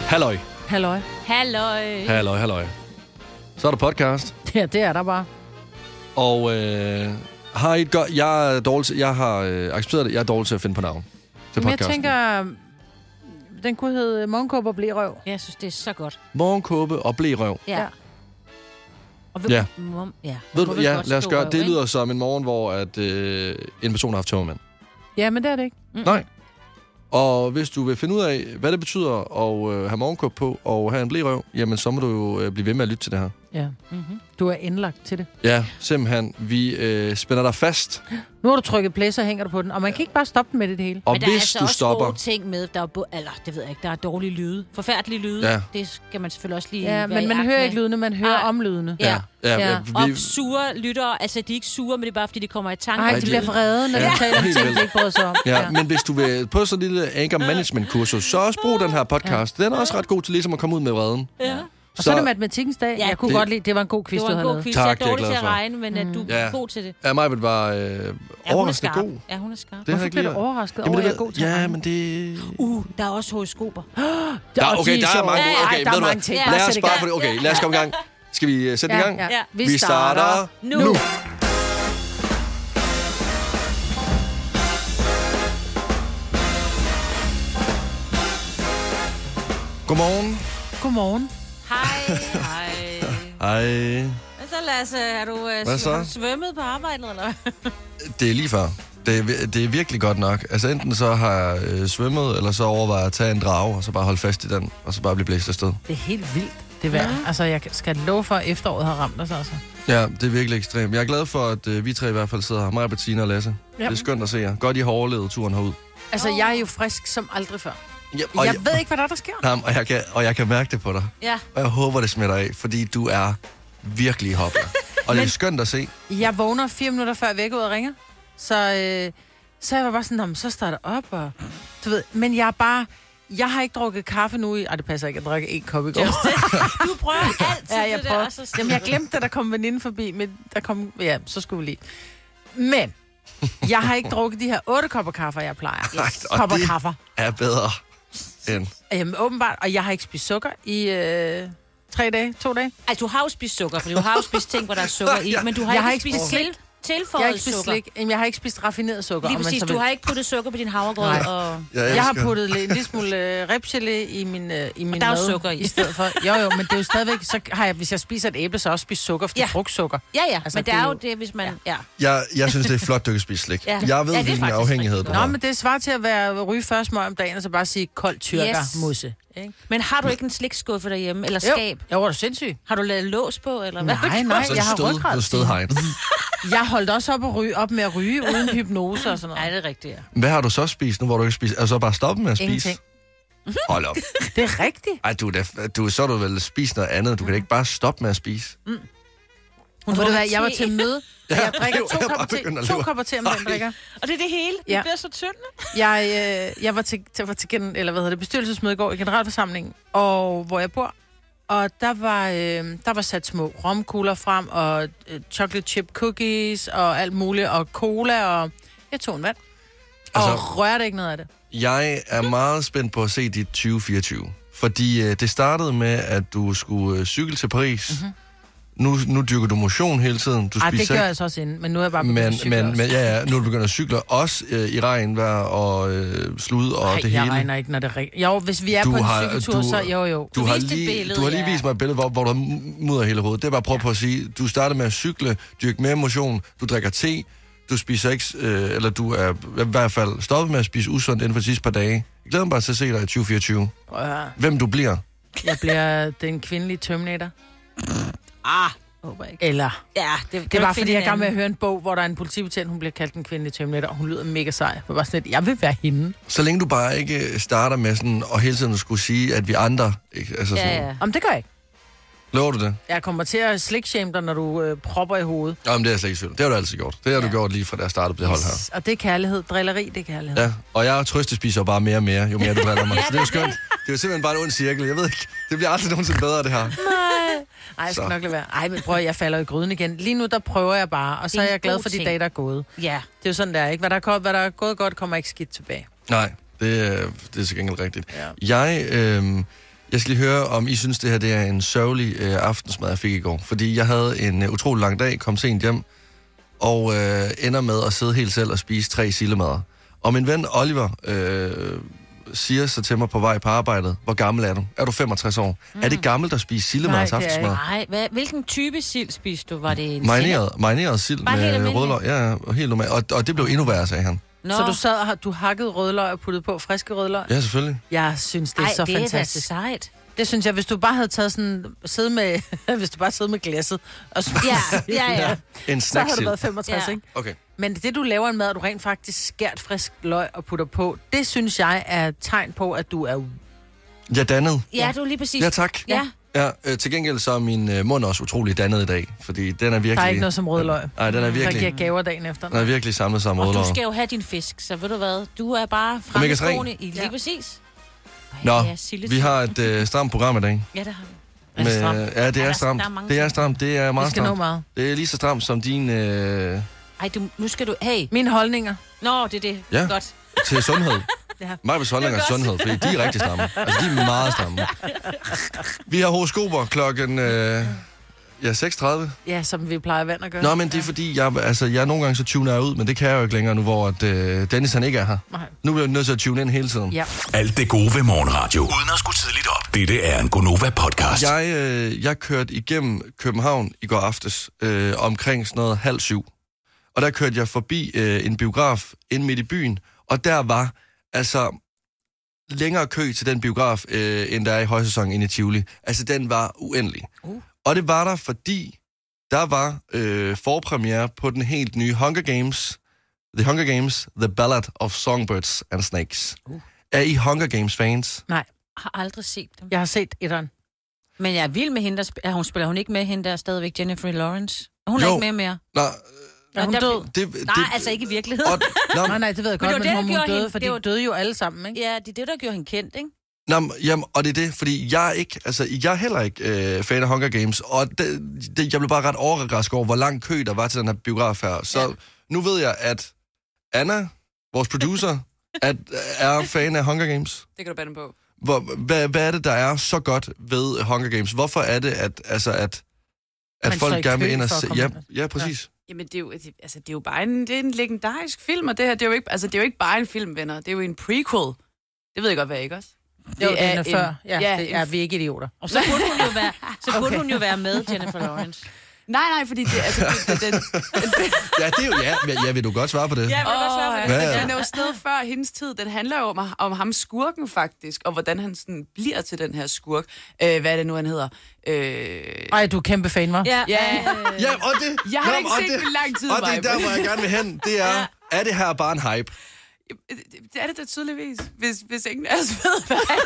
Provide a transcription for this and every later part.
Halløj. Halløj. Halløj. Halløj, halløj. Så er der podcast. Ja, det er der bare. Og øh, har I et godt... Jeg er dårlig til, Jeg har øh, accepteret det. Jeg er dårlig til at finde på navn til Men jeg podcasten. tænker, den kunne hedde Morgenkåb og Blerøv. Jeg synes, det er så godt. Morgenkåbe og blerøv. Ja. Ja. ja. Og vi, Ja. Mom, ja. Ved Må du, vi ja, godt lad os stå gøre. røv, Det ikke? lyder som en morgen, hvor at, øh, en person har haft tømmermænd. Ja, men det er det ikke. Mm. Og hvis du vil finde ud af, hvad det betyder at øh, have morgenkåb på og have en blerøv, jamen så må du jo øh, blive ved med at lytte til det her. Ja. Mhm. Du er indlagt til det. Ja, simpelthen. Vi øh, spænder dig fast. Nu har du trykket play, så hænger du på den. Og man kan ikke bare stoppe den med det, det hele. Og Men der hvis er altså du også stopper... gode ting med, der er, bo- eller, det ved jeg ikke, der er dårlige lyde. Forfærdelige lyde. Ja. Det skal man selvfølgelig også lige Ja, være men i man agt hører med. ikke lydene, man hører Ej. om lydene. Ja. ja, Ja. ja. Og Vi, sure lyttere, altså de er ikke sure, men det er bare, fordi de kommer i tanke. Nej, Ej, de bliver det- vrede, når ja. Ja. de taler om Helt ting, de vildt. ikke bryder sig om. ja, men hvis du vil på sådan en lille anger management kursus, så også brug den her podcast. Den er også ret god til ligesom at komme ud med vreden. Ja. Og så er det matematikkens dag. Ja. Jeg kunne Det- godt lide, det var en god quiz, Det du var en havde god lavet. Mm. quiz. Tak, jeg det er er jeg dårlig glad til at for. regne, men øh, at du Ja. er god til det. Ja, Majbet var øh, Ja, hun er overraskende skarp. god. Ja, hun er skarp. Det har jeg Hvorfor ikke bliver lige... du overrasket Jamen, over, det at jeg ved- er god til at Ja, regne? men det... Uh, der er også horoskoper. Der, Og okay, de der er sjove. mange sjove. gode. Ja, Okay, der ved er du mange hvad? ting. Bare Lad os sæt i bare gang. få det. Okay, lad os komme i gang. Skal vi øh, sætte i Ja, gang? ja. Ja. Vi, Vi starter Nu. nu. Godmorgen. Godmorgen. Hej, hej. Hej. Hvad så, Lasse? Er du, øh, Hvad så? har du svømmet på arbejdet, eller hvad? Det er lige før. Det er, vi- det er virkelig godt nok. Altså enten så har jeg øh, svømmet, eller så overvejer jeg at tage en drage, og så bare holde fast i den, og så bare blive blæst afsted. Det er helt vildt, det vejr. Ja. Altså, jeg skal love for, at efteråret har ramt os, altså. Ja, det er virkelig ekstremt. Jeg er glad for, at øh, vi tre i hvert fald sidder her. Maja, Bettina og Lasse. Det er skønt at se jer. Godt, I har overlevet turen herud. Altså, jeg er jo frisk som aldrig før. Ja, Og jeg, jeg ved ikke, hvad der, er, der sker. Jamen, og, jeg kan, og jeg kan mærke det på dig. Ja. Og jeg håber, det smitter af, fordi du er virkelig hopper. Og det er skønt at se. Jeg vågner fire minutter før væk ud og ringer. Så, øh, så jeg var bare sådan, "Nå, men så starter op. Og, du ved, men jeg er bare... Jeg har ikke drukket kaffe nu i... Ej, det passer ikke. Jeg drikker en kop i går. Du prøver altid Ja, jeg det der, prøver. og så- Jamen, jeg glemte, da der kom en veninde forbi, men der kom... Ja, så skulle vi lige. Men jeg har ikke drukket de her otte kopper kaffe, jeg plejer. Yes. og Kopper det- kaffe. Er bedre end... Jamen, åbenbart. Og jeg har ikke spist sukker i øh, tre dage, to dage. Altså, du har jo spist sukker, for du har jo spist ting, hvor der er sukker i, Ja. men du har, Jeg ikke, har ikke spist spist til, Jeg har tilføjet ikke spist sukker. slik. Jamen, jeg har ikke spist raffineret sukker. Lige om man præcis, så du vil. har ikke puttet sukker på din havregrød, Nej. og Jeg, Jeg har elsker- puttet lidt- en lille smule øh, ribgelé i min, øh, i min der er jo mad. sukker i. I stedet for. Jo, jo, men det er jo stadigvæk... Så har jeg, hvis jeg spiser et æble, så har jeg også spist sukker, fordi Ja. ja. frugtsukker. Ja, ja, Altså, altså, men det det er er jo jo- det, hvis man... Ja. jeg, jeg synes, det er flot, du kan spise slik. Ja. Jeg ved, Ja, ja, det er hvilken faktisk afhængighed rigtig du Nå, godt. har. men det svarer til at være ryge først smøg om dagen, og så bare sige kold tyrker, Yes. yes. musse. Ikke? Men har du ikke en slikskuffe derhjemme, eller Jo. skab? Jo, er du sindssyg? Har du lavet lås på, eller hvad? Nej, nej, Så er jeg det har stød, ryggrad. du stødhegn. Jeg holdt også op, at ryge, op med at ryge uden hypnose og sådan Nej, noget. det er rigtigt, ja. Hvad har du så spist nu, hvor du ikke spiser? Altså bare stoppe med at spise? Ingenting. Hold op. Det er rigtigt. Ej, du, er da- du, så er du vel spist noget andet. Du kan da ikke bare stoppe med at spise. Hun ved du drukker hvad, jeg var te. til møde. Jeg drikker det er to jo- jeg kopper bare begynder te. at To leve. kopper te om dagen Ej. drikker. Og det er det hele. Ja. Det bliver så tyndt. Jeg, øh, jeg var til, til, var til gen, eller hvad hedder det, bestyrelsesmøde i går i generalforsamlingen, og hvor jeg bor. Og der var, øh, der var sat små romkugler frem, og øh, chocolate chip cookies, og alt muligt, og cola, og jeg tog en vand. Altså, Altså- og rørte ikke noget af det. Jeg er meget spændt på at se dit 2024. Fordi øh, det startede med, at du skulle øh, cykle til Paris. Mm-hmm. Nu, nu dyrker du motion hele tiden. Du Mhm. Ej, det spiser gør jeg altså også inden, men nu er jeg bare begyndt Men, at cykle men, også. men ja, ja, nu er du begyndt at cykle også øh, i regnvejr og øh, slud og Ej, det jeg hele. regner ikke, når det er rigtigt. Jo, hvis vi er Du du på en har- har, cykeltur, du- så jo, jo. Du Du har, viste et lige, billede, du har lige ja. vist mig et billede, hvor, hvor du mudder hele hovedet. Det er bare at prøve på at sige, du starter med at cykle, dyrke mere motion, du drikker te, du spiser ikke, øh, eller du er i hvert fald stoppet med at spise usundt inden for de sidste par dage. Jeg glæder mig bare til at se dig i 2024. Øh, Hvem du bliver. Jeg bliver den kvindelige Terminator. Ah, håber jeg ikke. Eller... Ja, det, kan Det du var, ikke fordi finde jeg er i gang med at hinanden. høre en bog, hvor der er en politibetjent, hun bliver kaldt en kvindelig terminator, og hun lyder mega sej. Jeg var bare sådan lidt, jeg vil være hende. Så længe du bare ikke øh, starter med sådan, og hele tiden skulle sige, at vi andre... Ikke? Altså sådan, Ja, ja. Om det gør jeg ikke. Lover du det? Jeg kommer til at slikshame dig, når du øh, propper i hovedet. Jamen, det er jeg slet ikke i tvivl om. Det har du altid gjort. Det har du Ja. gjort lige fra da jeg startede på det hold her. Og det er kærlighed. Drilleri, det er kærlighed. Ja, og jeg trøstespiser bare mere og mere, jo mere du driller mig. Så det er jo skønt. Det er jo simpelthen bare en ond cirkel. Jeg ved ikke, det bliver aldrig nogensinde bedre, det her. Ej, jeg skal Så. nok lade være. Ej, men prøv, at- jeg falder i gryden igen. Lige nu, der prøver jeg bare, og så Det er er en jeg glad god for de ting. dage, der er gået. Ja, Det er jo sådan, der ikke? Hvad der er, kommet- hvad der er gået godt, kommer ikke skidt tilbage. øh, Nej, det, er- det er til gengæld rigtigt. Ja. Jeg, øh, Jeg skal lige høre, om I synes, det her det er en sørgelig øh, aftensmad, jeg fik i går. Fordi jeg havde en øh, utrolig lang dag, kom sent hjem, og øh, ender med at sidde helt selv og spise tre sildemader. Og min ven Oliver øh, siger så til mig på vej på arbejdet, hvor gammel er du? Er du 65 år? Mm. Er det gammelt at spise sildemaders Nej, det er altså aftensmad? Nej, hvad, hvilken type sild spiste du? Var det en Marineret, marineret sild Bare helt med almindelig? rødløg. Ja, ja, og helt normalt. Og, og det blev endnu værre, sagde han. sild? Nå. Så du sad og har, du hakkede rødløg og puttet på friske rødløg? Ja, selvfølgelig. Jeg synes, det er Ej, Ej, så det det fantastisk. er da sejt. Det synes jeg, hvis du bare havde taget sådan, sidde med, hvis du bare sidde med glasset og spist, Ja, ja. ja, ja. En så har du snacksild. været 65, Ja. ja. ikke? Okay. Men det, du laver en mad, og du rent faktisk skært frisk løg og putter på, det synes jeg er et tegn på, at du er... Jeg dannede. Ja, du er lige præcis. Ja, tak. Ja. Ja, øh, til gengæld så er min øh, mund også utrolig dannet i dag, fordi den er virkelig... Der er ikke noget som rødløg, Nej, den er der giver virkelig, gaver dagen efter. den er virkelig samlet sammen Og med du rødløg. skal jo have din fisk, så ved du hvad, du er bare fremme i Omega-3. skoene. I lige Ja. præcis. Ej, Nå, det er sildet. vi har et øh, stramt program i dag. Ja, det har vi. Er det stramt? ja, Ja, det der er er- stramt. der er mange Det er ting. stramt. Det er Vi meget skal nå stramt. meget. Det er lige så stramt som din øh, Ej, du, nu skal du... Hey, Mine holdninger. nå, det er det. Ja. Godt. til sundhed. Ja. Mig vil holdninger Det er til godt. sundhed, fordi de er rigtig stramme. Altså, de er meget stramme. Vi har horoskoper klokken... Øh, ja, 6.30. Ja, som vi plejer vand at gøre. Nå, men det er fordi, jeg, altså, jeg nogle gange så tuner jeg ud, men det kan jeg jo ikke længere nu, hvor at, øh, Dennis han ikke er her. Nej. Nu bliver jeg nødt til at tune ind hele tiden. Ja. Alt det gode ved morgenradio. Uden at skulle tidligt op. Dette er en Gonova-podcast. Ja. Jeg, øh, jeg kørte igennem København i går aftes øh, omkring sådan noget halv syv. Og der kørte jeg forbi øh, en biograf ind midt i byen, og der var altså længere kø til den biograf, øh, end der er i højsæsonen inde i Tivoli. Altså, den var uendelig. Uh. Og det var der, fordi der var øh, forpremiere på den helt nye Hunger Games, The Hunger Games, The Ballad of Songbirds and Snakes. Uh. Er I Hunger Games-fans? Jeg har aldrig set dem. Jeg har set etteren. Men jeg er vild med hende, der spiller. Hun spiller hun ikke med hende, der er stadigvæk Jennifer Lawrence. Hun er Jo. ikke med mere. Nå, Er hun der- død? det, det, Nej, altså ikke i virkeligheden. Og, nå, Nej, nej, det ved jeg Men godt, det men, men var det, der hun gjorde døde, hende- for det de var- døde jo alle sammen, ikke? Ja, det er det, der gjorde hende kendt, ikke? Nå, men, jamen, og det er det, fordi jeg er ikke, altså, jeg er heller ikke øh, fan af Hunger Games, og det, det, jeg blev bare ret overrasket over, hvor lang kø der var til den her biograf her. Så Ja. ja. nu ved jeg, at Anna, vores producer, at, øh, er fan af Hunger Games. Det kan du bande på. Hvor, hvad, hvad er det, der er så godt ved Hunger Games? Hvorfor er det, at, altså, at, at Man står i folk gerne kø vil ind og for at se... komme Ja, ind. ja, præcis. Jamen, det er jo, det, altså, det er jo bare en, det er en legendarisk film, og det her, det er jo ikke, altså, det er jo ikke bare en film, venner. Det er jo en prequel. Det ved jeg godt, hvad ikke også? Det jo, den er en- før. Ja, ja, ja det en- er, vi er ikke idioter. Og så burde hun jo være, så burde hun jo være med, Jennifer Lawrence. Nej, nej, fordi det, altså, det, det, den, Ja, det er jo... Ja, men- ja, vil du godt svare på det? Ja, Åh, det. ja, Ja, ja. ja. Den er jo sted før hendes tid. Den handler jo om, om ham skurken faktisk, og hvordan han sådan bliver til den her skurk. Øh, hvad er det nu, han hedder? Øh, Ej, du er kæmpe fan, var. Ja, Ja. øh, Ja, og det... Jeg har Nå, ikke og set det- den i lang tid, Og det er Maja. der, hvor jeg gerne vil hen. Det er, er det her bare en hype? det er det da tydeligvis, hvis, hvis ingen af os ved, hvad han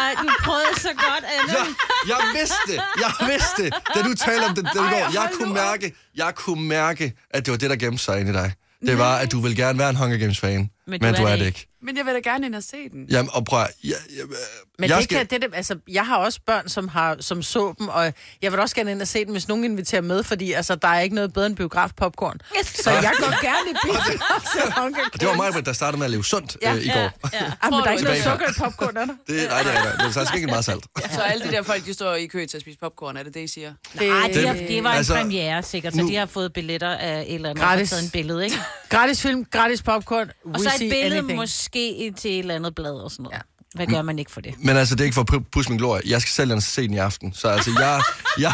Ej, du prøvede så godt, Anna. Jeg, jeg vidste, det. jeg vidste, det, da du talte om det den Ej, går. Jeg hold nu kunne op. mærke, jeg kunne mærke, at det var det, der gemte sig inde i dig. Det var, at du vil gerne være en Hunger Games-fan, men du, er det ikke. Men jeg vil da gerne ind og se den. Jamen, og prøv at- jeg, jeg, Men men jeg det skal, kan, det, er det, altså, jeg har også børn, som, har, som så dem, og jeg vil også gerne ind og se dem, hvis nogen inviterer med, fordi altså, der er ikke noget bedre end biografpopcorn. Så jeg går gerne i biograf til Hunger Games. og det var mig, der startede med at leve sundt ja, øh, i går. Ja. Ja. Ej, Ah, men der er ikke noget Tilbage. sukker i popcorn, er der? Det, nej, nej, nej, det er faktisk ikke meget salt. Så alle de der folk, de står i kø til at spise popcorn, er det det, I siger? Ej, Det, de Den- har, det var en altså, altså, premiere sikkert, så nu- de har fået billetter af et eller andet. Gratis. Gratis. Og taget en billede, ikke? Gratis film, gratis popcorn, we Og så see et billede anything. anything. måske til et eller andet blad og sådan noget. Ja. Hvad gør man ikke for det? Men altså, det er ikke for at pusse min glorie. Jeg skal selv ind og se den i aften. Så altså, jeg, jeg,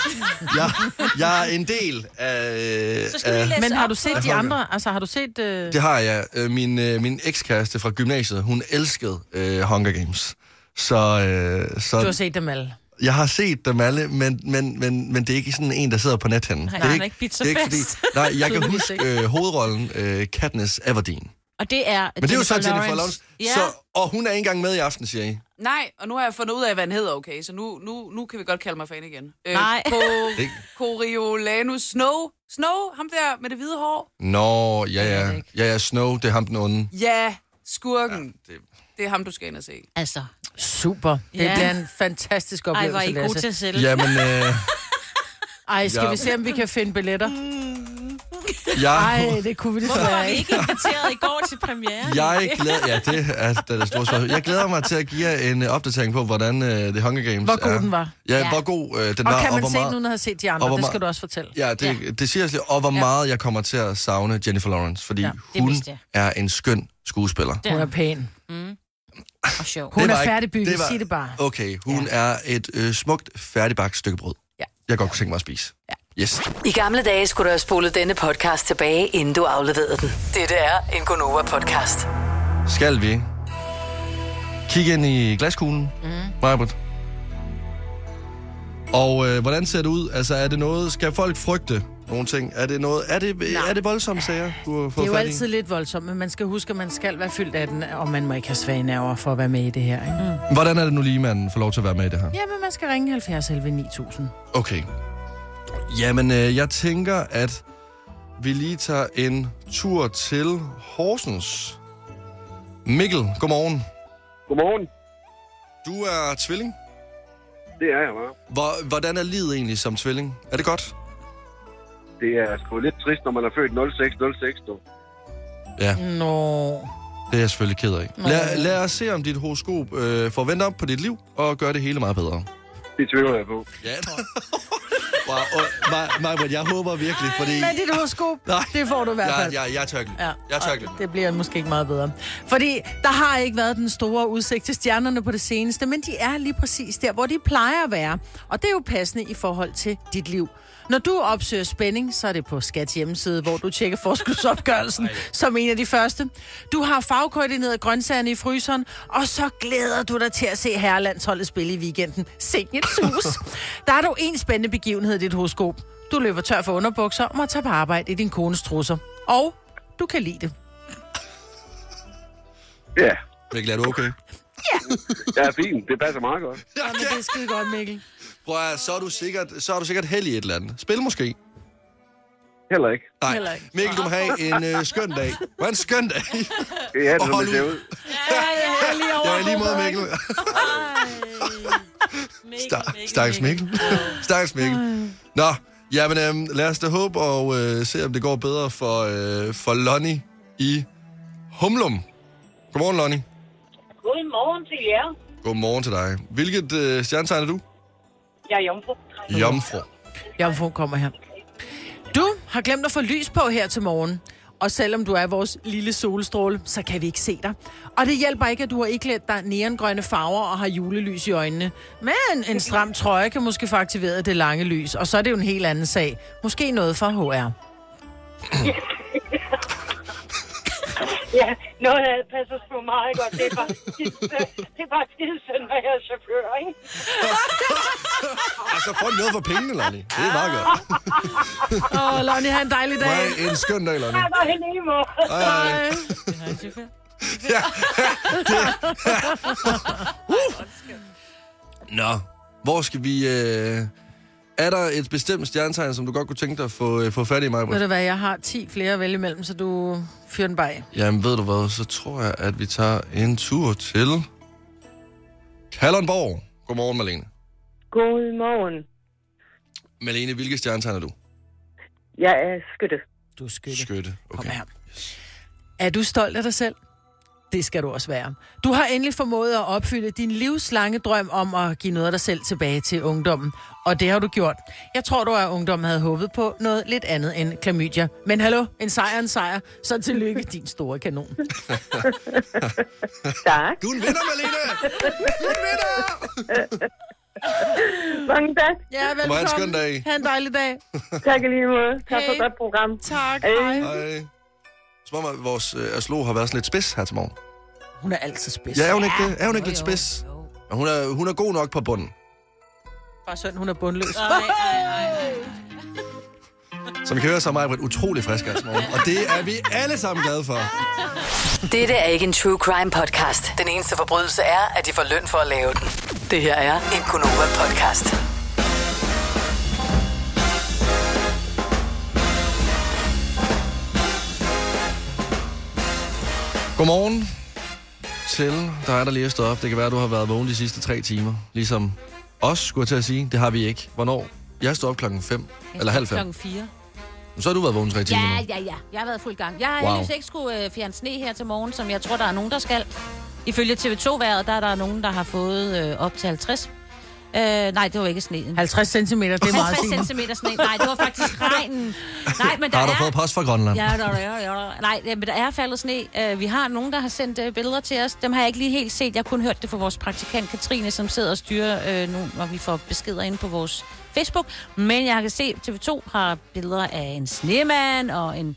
jeg, jeg er en del af... Så skal vi af- læse Men har op du set på- de andre? Altså, har du set... Øh... Det har jeg. Øh, Min, øh, min ekskæreste fra gymnasiet, hun elskede øh, Hunger Games. Så, øh, så Du har set dem alle. jeg har set dem alle, men, men, men, men det er ikke sådan en, der sidder på nethinden. Nej, det han er er ikke bidt så fast. nej, jeg kan Tydeligvis huske øh, hovedrollen øh, Katniss Everdeen. Og det er Men det er jo så Jennifer Lawrence. Ja. Så, og hun er ikke engang med i aften, siger I. Nej, og nu har jeg fundet ud af, hvad han hedder, okay? Så nu, nu, nu kan vi godt kalde mig fan igen. Øh, Nej. På Oh. Ikke? Coriolanus Snow. Snow, ham der med det hvide hår. Nå, ja, ved ja. det ikke. Ja, ja, Snow, det er ham den onde. Ja, skurken. Ja. Det, Det er ham, du skal ind og se. Altså, Super. Det Ja. bliver en fantastisk ej, var oplevelse, I gode Lasse. til at sælge? jamen, øh, Ej, skal Ja. ja. vi se, om vi kan finde billetter? Jeg, Nej, det kunne vi Hvorfor var desværre vi ikke. ikke inviteret i går til premieren? jeg glæder, ja, det er det, er store spørgsmål. Jeg glæder mig til at give jer en øh, opdatering på, hvordan uh, The Hunger Games Hvor god er. den var. Ja, Ja. hvor god uh, den Og var. kan man hvor se den, meget- uden at have set de og andre? hvor Det skal meget- du også fortælle. Ja, det, ja. det siger jeg slet, og hvor meget jeg kommer til at savne Jennifer Lawrence, fordi Ja, ja, det hun vidste jeg. er en skøn skuespiller. Ja. Hun er pæn. Og sjov. Hun var er ikke- færdigbygget, Ah. det var- sig det bare. Okay, hun ja. er et øh, smukt, færdigbagt stykke brød. Ja. Jeg godt kunne tænke mig at spise. Ja. Yes. I gamle dage skulle du have spolet denne podcast tilbage, inden du afleverede den. Dette er en Gonova-podcast. Skal vi kigge ind i glaskuglen, mm. Og øh, hvordan ser det ud? Altså, er det noget... Skal folk frygte nogle ting? Er det noget... Er det, er det voldsomme sager, du har Det fået er jo fat i? altid lidt voldsomt, men man skal huske, at man skal være fyldt af den, og man må ikke have svage nerver for at være med i det her. Ikke? Mm. Hvordan er det nu lige, man får lov til at være med i det her? Jamen, man skal ringe 70 11 9000. Okay. Jamen, øh, jeg tænker, at vi lige tager en tur til Horsens. Mikkel, godmorgen. Godmorgen. Du er tvilling. Det er jeg bare. Hvor, hvordan er livet egentlig som tvilling? Er det godt? Det er sgu lidt trist, når man er født 06-06. du. Nå, Det er jeg selvfølgelig ked af. Lad, lad os se, om dit horoskop øh, får vendt op på dit liv og gør det hele meget bedre. Det tvivler jeg på. Ja. wow, og, mig, mig, men jeg håber virkelig, fordi... men dit horoskop, Nej. det får du i hvert Jeg, fald. jeg, jeg er tørkelig. Ja, Jeg er og tørkelig. Det bliver måske ikke meget bedre. Fordi der har ikke været den store udsigt til stjernerne på det seneste, men de er lige præcis der, hvor de plejer at være. Og det er jo passende i forhold til dit liv. Når du opsøger spænding, så er det på Skats hjemmeside, hvor du tjekker forskudsopgørelsen som en af de første. Du har fagkoordineret grøntsagerne i fryseren, og så glæder du dig til at se herrelandsholdet spille i weekenden. Signet sus. Der er dog en spændende begivenhed i dit horoskop. Du løber tør for underbukser og må tage på arbejde i din kones trusser. Og du kan lide det. Ja, Mikkel, er du okay? jeg er fin. Det passer meget godt. Ja, men det er skide godt, Mikkel. Prøv at, høre, så er du sikkert, så er du sikkert heldig i et eller andet. Spil måske. Heller ikke. Nej. Heller ikke. Mikkel, du må have en øh, skøn dag. Hvad en skøn dag. Det er det, Og som det hold ser ud. ud. Jeg er lige måde, Mikkel. Sta- Stakkels Mikkel. Stakkels Mikkel. Nå, jamen øhm, lad os da håbe og øh, se, om det går bedre for, øh, for Lonnie i Humlum. Godmorgen, Lonnie. Godmorgen til jer. Godmorgen til dig. Hvilket øh, stjernetegn er du? Jeg er jomfru. Jomfru. Jomfru kommer her. Du har glemt at få lys på her til morgen. Og selvom du er vores lille solstråle, så kan vi ikke se dig. Og det hjælper ikke, at du har iklædt dig neongrønne farver og har julelys i øjnene. Men en stram trøje kan måske få aktiveret det lange lys. Og så er det jo en helt anden sag. Måske noget fra HR. Ja, noget af det passer sgu meget godt. Det er bare skide, det er bare skide synd, når jeg er chauffør, ikke? Altså, få noget for pengene, Lonnie. Det er meget godt. Åh, oh, Lonnie, have en dejlig Må dag. jeg have en skøn dag, Lonnie. Jeg var helt i måde. Hej, hej. Uh, Nå, hvor skal vi... Øh... Er der et bestemt stjernetegn, som du godt kunne tænke dig at få, øh, få fat i mig? Ved du hvad, jeg har 10 flere at vælge imellem, så du fyrer den bare af. Jamen, ved du hvad, så tror jeg, at vi tager en tur til... Kalundborg. Godmorgen, Malene. Godmorgen. Malene, hvilke stjernetegn er du? Jeg er skytte. Du er skytte. Skytte. Kom Okay. her. Er du stolt af dig selv? Det skal du også være. Du har endelig formået at opfylde din livslange drøm om at give noget af dig selv tilbage til ungdommen. Og det har du gjort. Jeg tror, du at ungdommen havde håbet på noget lidt andet end klamydia. Men hallo, en sejr er en sejr. Så tillykke, din store kanon. Tak. Du er en vinder, Malene! Du er en vinder! Mange tak. Ja, velkommen. have en skøn dag. Ha' en dejlig dag. Tak i lige måde. Tak for Hej. et godt program. Tak. Hej. Hej. Hej. Som om, at vores øh, astrolog har været sådan lidt spids her til morgen. Hun er altid spids. Ja, er hun ikke det? Er hun ikke lidt spids? Men Hun er, hun er god nok på bunden. Bare sådan, hun er bundløs. Som I kan høre, så er mig utrolig frisk her til morgen. Og det er vi alle sammen glade for. Dette er ikke en true crime podcast. Den eneste forbrydelse er, at de får løn for at lave den. Det her er en Gonova-podcast. Godmorgen til dig, der lige er stået op. Det kan være, du har været vågen de sidste tre timer. Ligesom os, skulle jeg til at sige. Det har vi ikke. Hvornår Jeg står op klokken 5. Eller halv 5. Klokken fire. Så har du været vågen tre timer. Ja, nu. ja, ja. Jeg har været fuld gang. Jeg har Wow. wow. heldigvis ikke skulle øh, fjerne sne her til morgen, som jeg tror, der er nogen, der skal. Ifølge TV2-været, der er der nogen, der har fået øh, op til 50. Øh, nej, det var ikke sneen. 50 cm, det er meget sent. 50 cm sne. Nej, det var faktisk regnen. Nej, men der, Har du er... fået post fra Grønland? Ja, der, der, der, der. Nej, men der er faldet sne. Øh, Vi har nogen, der har sendt øh, billeder til os. Dem har jeg ikke lige helt set. Jeg har kun hørt det fra vores praktikant Katrine, som sidder og styrer øh, nu, når vi får beskeder inde på vores Facebook. Men jeg kan se, TV2 har billeder af en snemand og en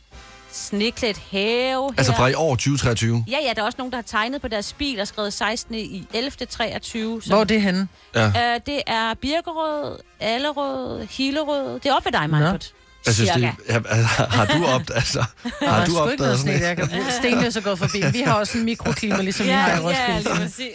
sneklædt have her. Altså fra i år 2023. Ja, ja, der er også nogen, der har tegnet på deres bil og skrevet 16. i 11. 23. Hvor er det henne? Ja. Øh, det er Birkerød, Allerød, Hillerød. Det er op ved dig, Margot. Jeg synes, det, Cirka. ja, altså, har du op, altså, har du sgu ikke opdaget noget sne, sådan der et? kan blive. Stenløs er gået forbi. Vi har også en mikroklima, ligesom vi har i Roskilde. præcis.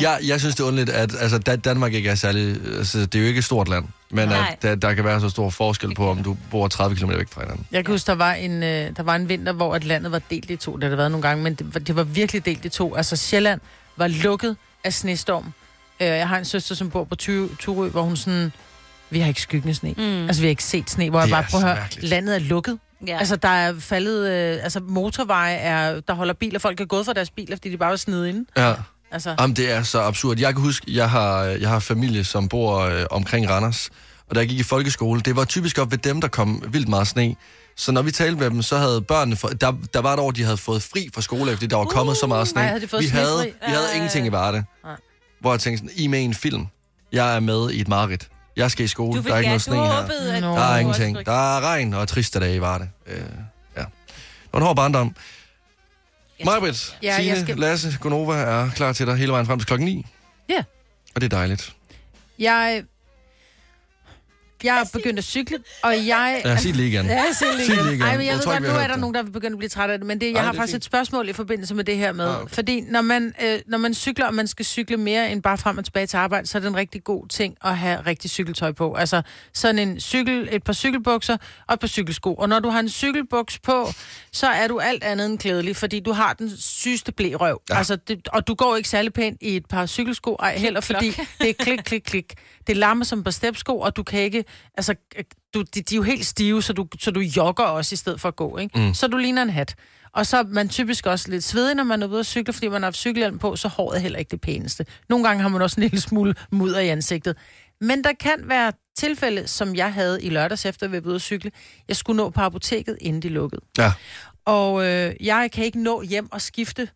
Jeg, jeg synes, det er underligt, at altså, da Danmark ikke er særlig... Altså, det er jo ikke et stort land, men Nej. at, der, der kan være så stor forskel på, om du bor 30 km væk fra hinanden. Jeg kan huske, der var, en, øh, der var en vinter, hvor at landet var delt i to. Det har der været nogle gange, men det, var- det var virkelig delt i to. Altså Sjælland var lukket af snestorm. Øh, jeg har en søster, som bor på Ty- Turø, hvor hun sådan... Vi har ikke skyggen af sne. Mm. Altså, vi har ikke set sne, hvor jeg Det bare er prøver at så høre, mærkeligt. landet er lukket. Ja. Ja. Altså, der er faldet... Øh, altså, motorveje er... Der holder biler, folk er gået fra deres biler, fordi de bare var snede inde. Ja. Altså, Jamen, det er så absurd. Jeg kan huske, jeg har, jeg har familie, som bor øh, omkring Randers, og da jeg gik i folkeskole, det var typisk op ved dem, der kom vildt meget sne. Så når vi talte med dem, så havde børnene... For, der, der var et år, de havde fået fri fra skole, fordi der var kommet så meget sne. Uh, nej, havde de fået vi, havde, snefri? vi havde Ej. ingenting i Varde. Hvor jeg tænkte sådan, I er med i en film. Jeg er med i et mareridt. Jeg skal i skole. Du vil der er ikke gerne, noget du sne her. håbede, at... Nå. Der er du ingenting. også- Der er regn og triste dage i Varde. Øh, ja. Og en hård barndom. Majbrit, Ja, ja, jeg Signe, skal... skal- Lasse, Gunova er klar til dig hele vejen frem til klokken 9. Ja. Og det er dejligt. jeg... Jeg er begyndt at cykle, og jeg... Ja, sig det lige igen. Ja, sig det Sig det lige igen. igen. Ej, men jeg, Jeg jeg ved tror godt, ikke, vi nu har er hørt der det. nogen, der er begyndt at blive træt af det, men det, jeg Ej, har det er faktisk fint. et spørgsmål i forbindelse med det her med, Ah, okay. fordi når man, øh, når man cykler, og man skal cykle mere end bare frem og tilbage til arbejde, så er det en rigtig god ting at have rigtig cykeltøj på. Altså sådan en cykel, et par cykelbukser og et par cykelsko. Og når du har en cykelbuks på, så er du alt andet end klædelig, fordi du har den sygeste blærøv. Ja. Altså, det, og du går ikke særlig pænt i et par cykelsko, ej heller, fordi det er klik, klik, klik. Det larmer som på stepsko, og du kan ikke... Altså, du, de, de er jo helt stive, så du, så du jogger også i stedet for at gå, ikke? Mm. Så du ligner en hat. Og så er man typisk også lidt svedig, når man er ude at cykle, fordi man har haft cykelhjelm på, så håret er heller ikke det pæneste. Nogle gange har man også en lille smule mudder i ansigtet. Men der kan være tilfælde, som jeg havde i lørdags efter, at jeg var ude at cykle. Jeg skulle nå på apoteket, inden de lukkede. Ja. Og øh, jeg kan ikke nå hjem og skifte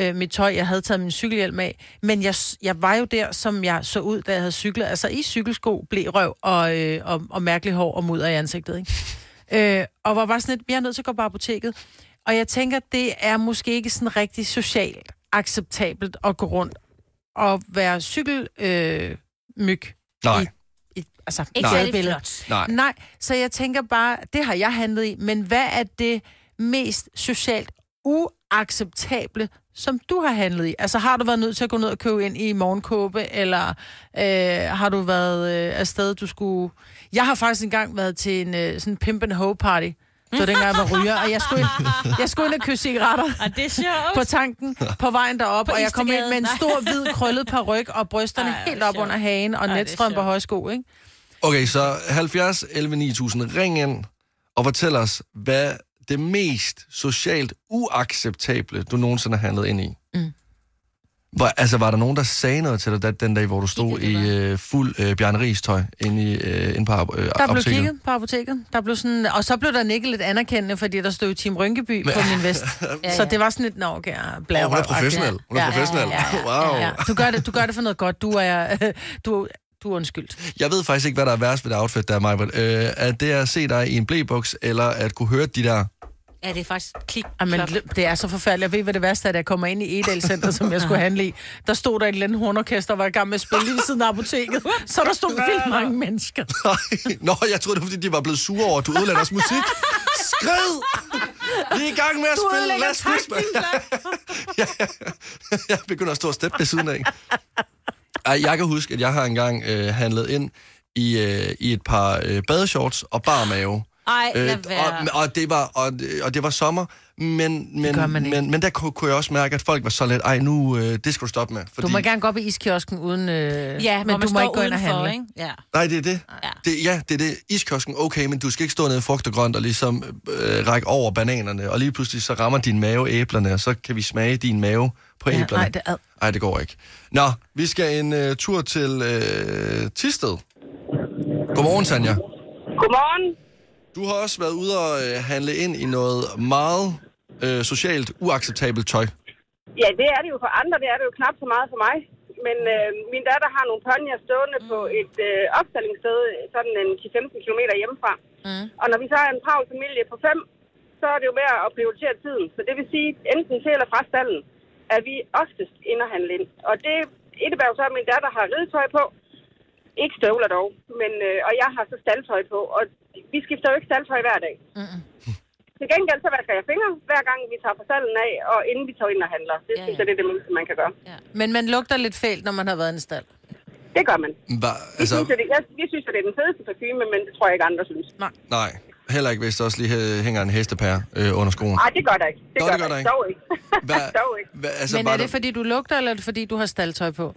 øh, mit tøj. Jeg havde taget min cykelhjelm af. Men jeg, s- jeg var jo der, som jeg så ud, da jeg havde cyklet. Altså i cykelsko, blerøv og, øh, og, og mærkelig hår og mudder i ansigtet. Ikke? Øh, og var bare sådan lidt, jeg er nødt til at gå på apoteket. Og jeg tænker, det er måske ikke sådan rigtig socialt acceptabelt at gå rundt og være cykelmyg. Øh, myg Nej, I- i- altså, Ikke i særlig gadebilledet. flot. nej. Nej, så jeg tænker bare, det har jeg handlet i, men hvad er det mest socialt uacceptable, som du har handlet i? Altså har du været nødt til at gå ned og købe ind i morgenkåbe, eller øh, har du været øh, afsted, du skulle... Jeg har faktisk engang været til en øh, sådan pimp and hoe party, det var dengang jeg var ryger, og jeg skulle ind, jeg skulle ind og købe cigaretter Ah, det er sjovt. på tanken på vejen derop, På og jeg kom ind Istedgade. med en Nej. stor, hvid, krøllet paryk og brysterne Ej, Ej, hvor helt op sjovt. under hagen, og Ej, det er netstrømper og sjovt. højsko, ikke? Okay, så 70 11 9000. Ring ind og fortæl os, hvad det mest socialt uacceptable, du nogensinde har handlet ind i. Mm. Var, altså, var der nogen, der sagde noget til dig da- den dag, hvor du stod i øh, fuld øh, Bjarne Riis tøj inde, i, øh, inde på ap- øh, Der blev apoteket? kigget på apoteket. Der blev sådan, og så blev der nikket lidt anerkendende, fordi der stod jo Team Rynkeby på min vest. ja, Så det var sådan lidt, nå, okay, bla, Åh, hun er professionel. Hun er professionel. Wow. Du, gør det, du gør det for noget godt. Du er, du, du er undskyldt. Jeg ved faktisk ikke, hvad der er værst ved det outfit, der er mig. Øh, at det er at se dig i en blæbuks, eller at kunne høre de der... Ja, det er faktisk klik. Jamen, klok. Ah, det er så forfærdeligt. Jeg ved, hvad det værste er, da jeg kommer ind i edal Center, som jeg skulle handle i. Der stod der et eller andet hornorkester, og var i gang med at spille lige ved siden af apoteket. Så der stod vildt mange mennesker. Nej. Nå, jeg troede, det var, fordi de var blevet sure over, at du ødelagde deres musik. Skrid! Vi er i gang med at spille ødelægger Last Christmas. Ja. jeg begynder at stå og steppe ved siden af. Ej, jeg kan huske, at jeg har engang øh, handlet ind i, øh, i et par øh, badeshorts og bar mave. Ej, lad og, være. og, det var, og, og det var sommer, Men, men, gør man ikke. men, men der kunne, kunne jeg også mærke, at folk var så lidt, ej nu, øh, det skal du stoppe med. Fordi, Du må gerne gå op i iskiosken uden... Øh, Ja, men du må ikke gå ind og udenfor, handle. Ikke? Ja. Nej, det er det. Ja. det. Ja, det er det. Iskiosken, okay, men du skal ikke stå nede i frugt og grønt og ligesom øh, række over bananerne, og lige pludselig så rammer din mave æblerne, og så kan vi smage din mave på Ja, æblerne. nej, det er ad. Ej, det går ikke. Nå, vi skal en øh, tur til øh, Tisted. Godmorgen, Tanja. Godmorgen. Du har også været ude og øh, handle ind i noget meget øh, socialt uacceptabelt tøj. Ja, det er det jo for andre. Det er det jo knap så meget for mig. Men øh, min datter har nogle ponjer stående på et øh, opstillingssted, sådan en 10-15 km hjemmefra. Mm. Og når vi så er en travl familie på fem, så er det jo med at prioritere tiden. Så det vil sige, enten til eller fra stallen, er vi oftest inde og handle ind. Og det indebærer jo så, at min datter har ridetøj på. Ikke støvler dog, men, øh, og jeg har så staldtøj på. Og vi skifter jo ikke staldtøj hver dag. Til gengæld så vasker jeg fingre, hver gang vi tager på salen af, og inden vi tager ind og handler. Det Ja, ja, synes ja. jeg, det er det mindste, man kan gøre. Men man lugter lidt fælt, når man har været i en stald. Det gør man. Hva, Vi, altså... synes, at det, jeg, vi synes, at det er den fedeste parfume, men det tror jeg ikke andre synes. nej, heller ikke, hvis der også lige øh, hænger en hestepære øh, under skoen. Nej, det gør der ikke. Det Nå, gør det gør der ikke. Dog ikke. Hva- Dog ikke. hva- altså, Så men var er det, der- fordi du lugter, eller er det, fordi du har staldtøj på?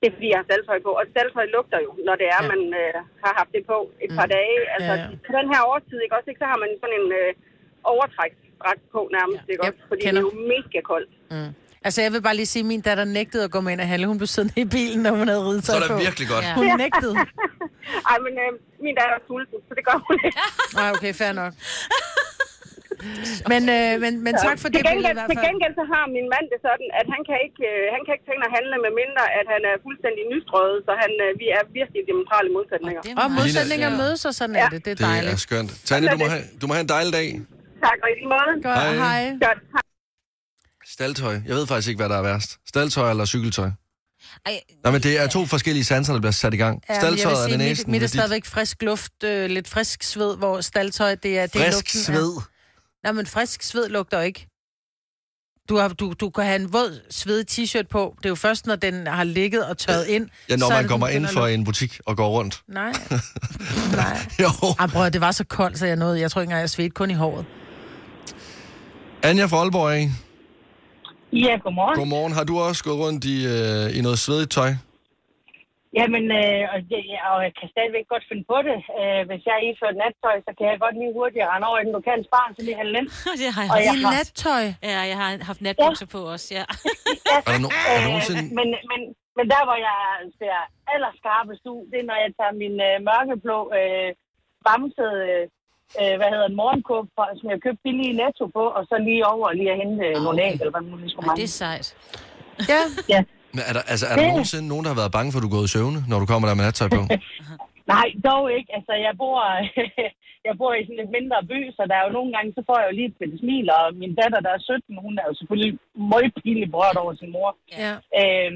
Det er fordi, jeg har staldtøj på. Og staldtøj lugter jo, når det er, Ja. Mm. ja. man øh, har haft det på et par dage. Altså, Ja, ja, ja. på den her årstid, ikke også, ikke, så har man sådan en øh, overtræksdræt på nærmest, Ja. ikke også? Jeg Fordi kender. det er jo mega koldt. Altså, jeg vil bare lige sige, at min datter nægtede at gå med ind og handle. Hun blev siddende i bilen, når hun havde ridetøj Så på. er det virkelig godt. Ja. Hun nægtede. Ej, men øh, min datter er sulten, så det gør hun ikke. Nej, okay, fair nok. Men, øh, men, men tak for det til billede i gengæld, hvert til fald. gengæld så har min mand det sådan, at han kan ikke, øh, han kan ikke tænke at handle med mindre, at han er fuldstændig nystrøget, så han, øh, vi er virkelig diametrale modsætninger. Det er Og meget- modsætninger Ja. mødes, og sådan er det. Det er Det er dejligt. skønt. Tanja, du må, have, du må have en dejlig dag. Tak, og i lige måde. Godt, Hej. hej. Godt. Hej. Staltøj. Jeg ved faktisk ikke, hvad der er værst. Staltøj eller cykeltøj? Ej, Nej, men det er to forskellige sanser, der bliver sat i gang. Ja, men jeg vil Staltøjet er sige, den mit, næsten. mit er med dit stadigvæk frisk luft, øh, lidt frisk sved, hvor staldtøj, det er... Det er Frisk lugten af- sved. Nej, men frisk sved lugter ikke. Du, har, du, du kan have en våd, svedet t-shirt på. Det er jo først, når den har ligget og tørret ind. Ja, når så er man det, kommer den ind begynder for at en butik og går rundt. lugte. Nej. Nej. Jo. Ej, bror, det var så koldt, så jeg nåede. Jeg tror ikke engang, jeg svedte kun i håret. Anja fra Aalborg, ikke? Ja, godmorgen. godmorgen. Har du også gået rundt i, øh, i noget svedigt tøj? Jamen, øh, og, jeg, jeg, og jeg kan stadigvæk godt finde på det. Øh, hvis jeg er i for et nattøj, så kan jeg godt lige hurtigt rende over i den lokale spar, så lige handle ind. det har jeg Og også. jeg I har- nattøj. Ja, jeg har haft natbukser på også, ja. Er der, no- er der Øh, nogensinde... men, men, men der, hvor jeg ser allerskarpest ud, det er, når jeg tager min øh, mørkeblå øh, bamsede, øh, hvad hedder en morgenkåb, fra- som jeg købte billig i Netto på, og så lige over og lige at hente okay. nogle æg, eller hvad man nu skulle Ej, det mangle. er sejt. Ja. Ja. Men er der, altså, er der Det- nogensinde nogen, der har været bange for, at du er gået i søvne, når du kommer der med nattøj på? Nej, dog ikke. Altså, jeg bor, jeg bor i sådan lidt mindre by, så der er jo nogle gange, så får jeg jo lige et smil, og min datter, der er 17, hun er jo selvfølgelig møgpinligt brørt over sin mor. ja. Øh,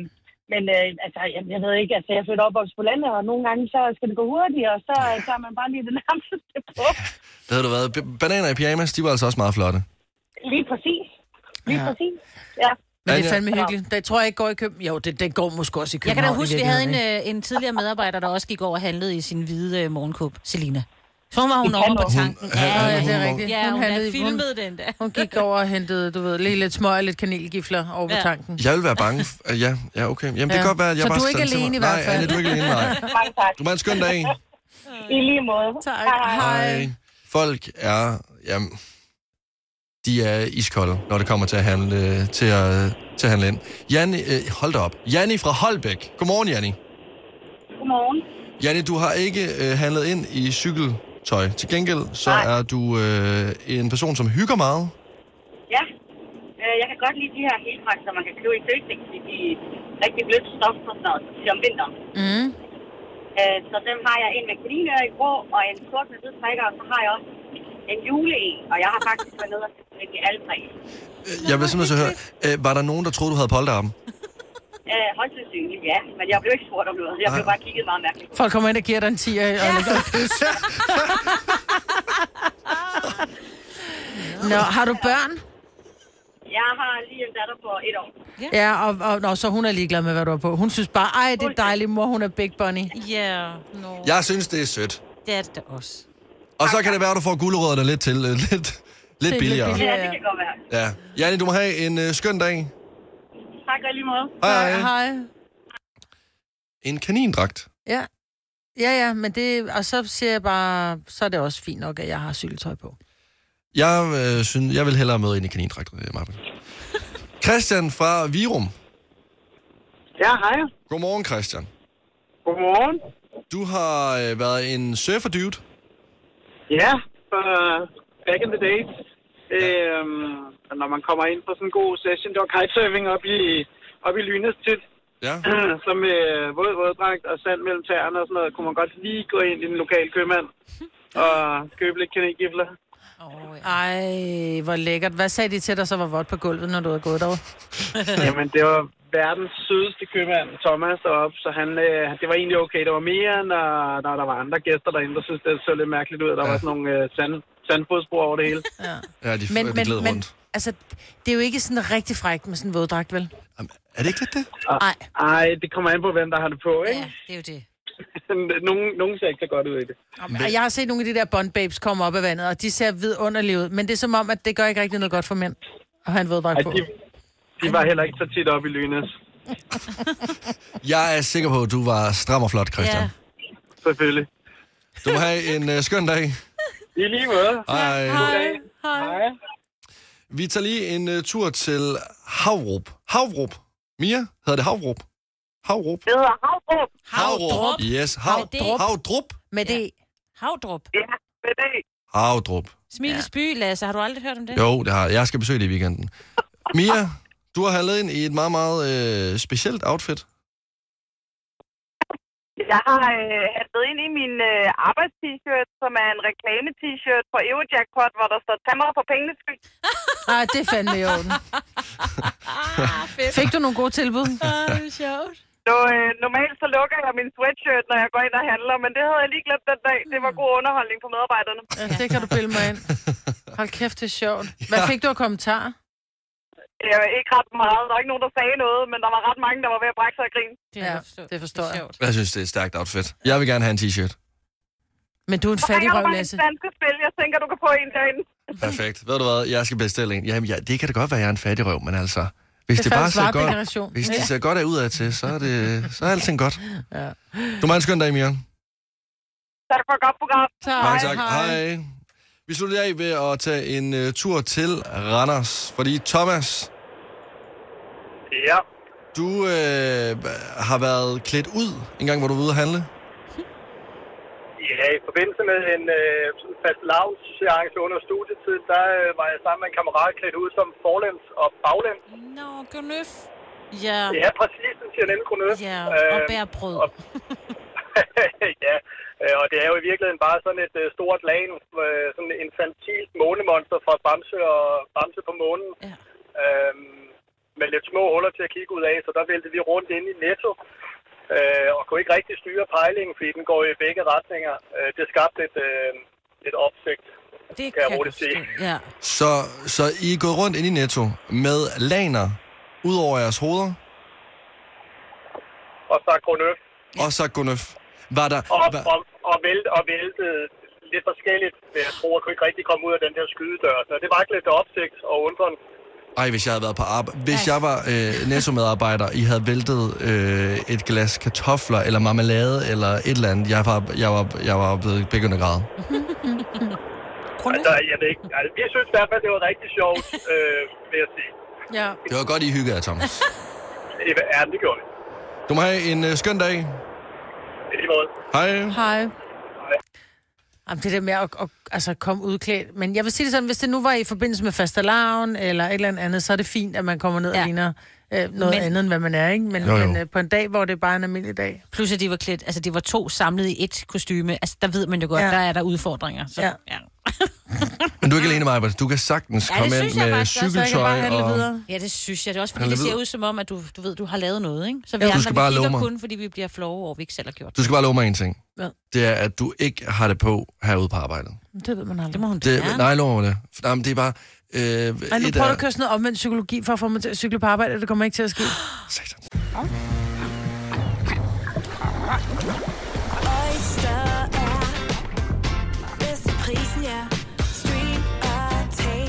men øh, altså, jeg, jeg ved ikke, altså jeg er født op på landet, og nogle gange så skal det gå hurtigt, og så øh, tager man bare lige det nærmeste på. Det havde du været. B- Bananer i pyjamas, de var altså også meget flotte. Lige præcis. Lige Ja. ja. præcis. Ja. Men det er Anja- fandme hyggeligt. Det tror jeg ikke går i København. Jo, det, det går måske også i Jeg kan København. da huske, i vi havde en, virkeligheden, øh, en tidligere medarbejder, der også gik over og handlede i sin hvide øh, morgenkåb, Selina. Så hun var hun I over på Kalmar. tanken. Hun- Ja, Ja, ja, det er hun- rigtigt. ja, hun, handlede havde i- filmet den der. Hun gik over og hentede, du ved, lige lidt smøg og lidt kanelgifler over på Ja. tanken. Jeg ville være bange. f- øh, ja, ja, okay. Jamen, det Ja. kan godt være, at jeg Så bare du er skal ikke sende til alene mig. i hvert fald. Nej, Anja, du er ikke alene, nej. Mange tak. Du må have en skøn dag. I lige måde. Tak. Hej, hej. Hej. Folk er, jamen, de er iskolde, når det kommer til at handle, til at, til at handle ind. Janni, øh, hold da op. Janni fra Holbæk. Godmorgen, Janni. Godmorgen. Janni, du har ikke øh, handlet ind i cykeltøj. Til gengæld, så Nej. er du øh, en person, som hygger meget. Ja. Øh, jeg kan godt lide de her heldragter, som man kan købe i Føtex, fordi de er rigtig blødt stof og sådan noget til om vinteren. Mm. Øh, så dem har jeg en med kaninører i grå og en sort med hvid prikker, og så har jeg også en juleel, og jeg har faktisk været nede og set i alle tre. Øh, Jeg vil simpelthen så høre, øh, var der nogen, der troede, du havde polterappen? Øh, højst sandsynligt, ja. Men jeg blev ikke spurgt om noget. Jeg blev Ah. bare kigget meget mærkeligt. Folk kommer ind og giver dig en 10 og ja. Nå, har du børn? Jeg har lige en datter på et år. Ja, og, og nå, så hun er ligeglad med, hvad du har på. Hun synes bare, ej, det er dejligt, mor, hun er Big Bunny. Ja, no. Jeg synes, det er sødt. det er det da også. Og så kan det være, at du får gulerødderne lidt til. Øh, lidt. Lidt billigere. billigere. Ja, det kan godt være. Ja. Janne, du må have en øh, skøn dag. Tak og i lige måde. Hej. Hej. Hej. En kanindragt. Ja. Ja, ja, men det... Og så siger jeg bare, så er det også fint nok, at jeg har syltetøj på. Jeg, øh, synes, jeg vil hellere møde en i kanindragt, øh, Marbet. Christian fra Virum. Ja, hej. Godmorgen, Christian. Godmorgen. Du har øh, været en surferdude. Ja, for øh, back in the days. Øhm, når man kommer ind på sådan en god session, der var kitesurfing op i, op i Lynes tit, Ja. så med våd våddragt og sand mellem tæerne og sådan noget, kunne man godt lige gå ind i den lokale købmand og købe lidt kanelgifler. Oh, ja. Ej, hvor lækkert. Hvad sagde de til dig, så var vådt på gulvet, når du havde gået derovre? Jamen, det var verdens sødeste købmand, Thomas, deroppe, så han, øh, det var egentlig okay. Det var mere, når, når der var andre gæster derinde, der syntes, det så lidt mærkeligt ud, at der Ja. ja. var sådan nogle øh, sand, sandfodspor over det hele. Ja, de, men, de men, rundt. Men... altså, det er jo ikke sådan rigtig frækt med sådan en våddragt, vel? Jamen, er det ikke lidt det? Ej, Ej, det kommer an på, hvem der har det på, ikke? ja, det er jo det. Nogen, nogen ser ikke så godt ud i det. Men... Jeg har set nogle af de der Bond Babes komme op af vandet, og de ser vidunderlige ud. Men det er som om, at det gør ikke rigtig noget godt for mænd at have en våddragt Ej, på. de, de var heller ikke så tit op i Lynes, Jeg er sikker på, at du var stram og flot, Christian. Ja. Ja. selvfølgelig. Du må have en øh, skøn dag. I lige måde. Hej. Hej. Hej. Vi tager lige en uh, tur til Havrup. Havrup. Mia, hedder det Havrup? Havrup. Det hedder Havrup. Havdrup. Yes, Hav, Ej, det- Havdrup. Med det... Havdrup. Ja, med det. Havdrup. Smiles by, Lasse. Har du aldrig hørt om det? Jo, det har jeg. Jeg skal besøge det i weekenden. Mia, du har handlet ind i et meget, meget øh, specielt outfit. Jeg har øh, handlet ind i min øh, arbejdst-t-shirt, som er en reklame-t-shirt på Eurojackpot, hvor der står, tag mig på pengene skyld. Ej, det er fandme i orden. Ah, fedt. Fik du nogle gode tilbud? Ah, det er sjovt. Så, øh, normalt så lukker jeg min sweatshirt, når jeg går ind og handler, men det havde jeg lige glemt den dag. Det var god underholdning for medarbejderne. Ja, det kan du pille mig ind. Hold kæft, det er sjovt. Hvad Ja. fik du af kommentarer? Øh, ikke ret meget. Der var ikke nogen, der sagde noget, men der var ret mange, der var ved at brække sig og grine. Det, kan jeg forstå. det forstår Det er jeg. sjovt. Jeg synes, det er et stærkt outfit. Jeg vil gerne have en t-shirt. Men du er en Så fattig ringer du røv, bare Lasse. et danske spil. Jeg tænker, du kan få en derinde. Perfekt. Ved du hvad, jeg skal bestille en. Jamen, ja, det kan da godt være, at jeg er en fattig røv, men altså... Hvis det, Det er det bare faktisk ser varedeklaration. godt, hvis det ser godt ud af til, så er, det, så er alting godt. Ja. Du må have en skøn dag, Mia. Tak for et godt program. Mange tak. Hej. Vi slutter af ved at tage en uh, tur til Randers, fordi Thomas, Ja. du øh, har været klædt ud en gang, hvor du var ude at handle. Ja, i forbindelse med en øh, fast lounge-seance under studietid, der øh, var jeg sammen med en kammerat klædt ud som forlæns og baglæns. Nå, Gunøf. Ja, Ja, præcis, den siger nemlig Kronø. ja. Og bærbrød. Øhm, ja, øh, og det er jo i virkeligheden bare sådan et øh, stort lagen, øh, sådan en infantilt månemonster fra Bamse og Bamse på månen. Ja. Øhm, med lidt små huller til at kigge ud af, så der væltede vi rundt inde i Netto. Øh, og kunne ikke rigtig styre pejlingen, fordi den går jo i begge retninger. Øh, det skabte et, øh, et opsigt. Det kan jeg roligt forstå. Ja. Så, så I er gået rundt ind i Netto med laner ud over jeres hoveder, Og så Kronø. og så Gunnøf. Var der... Og, Var, og, og, vælte, og væltede lidt forskelligt, vil jeg tro, og kunne ikke rigtig komme ud af den her skydedør. Så det var lidt opsigt og undren. ej, hvis jeg havde været på arbejde... Hvis jeg var øh, Netto-medarbejder, I havde væltet øh, et glas kartofler, eller marmelade, eller et eller andet. Jeg var, jeg var, jeg var blevet begyndt at græde. Altså, jeg ved ikke. Altså, vi synes i hvert fald, det var rigtig sjovt, øh, vil jeg sige. Ja. Det var godt, I hyggede jer, Thomas. Det- Ja, det gjorde vi. Du må have en øh, skøn dag. I lige måde. Hej. Hej. Jamen, det der med at, at, altså, komme udklædt. Men jeg vil sige det sådan, hvis det nu var i forbindelse med fastelavn eller et eller andet, så er det fint, at man kommer ned ja. Ja. og ligner øh, noget Men- men... andet, end hvad man er, ikke? Men, Jo, jo. men øh, på en dag, hvor det er bare en almindelig dag. Plus, at de var klædt, altså de var to samlet i et kostyme. Altså, der ved man jo godt, Ja. ja. der er der udfordringer. Så, Ja. ja. Men du er ikke alene, Maja. Du kan sagtens Ja, det komme synes ind jeg med faktisk også, så Så jeg kan cykeltøj. bare handle og... videre. ja, det synes jeg. Det er også, fordi Eller det ser ved- ud som om, at du, du ved, du har lavet noget, ikke? Så vi Ja. Du andre, skal vi bare kigger love mig. kun, fordi vi bliver flove over, at vi ikke selv har gjort Du skal bare love mig en ting. Hvad? Det er, at du ikke har det på herude på arbejdet. Det ved man aldrig. det. må hun da Det, gerne. nej, lov mig det. Nej, men det er bare... Øh, Ej, nu et prøver du af- at køre sådan noget omvendt psykologi for at få mig til at cykle på arbejde, og det kommer ikke til at ske. Satan. Oyster er bedst til prisen, ja. Stream og tag.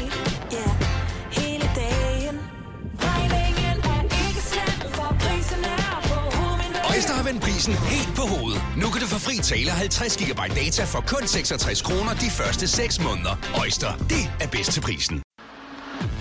prisen helt på hovedet. Nu kan du få fri tale 50 GB data for kun 66 kroner de første 6 måneder. Øjster, det er bedst til prisen.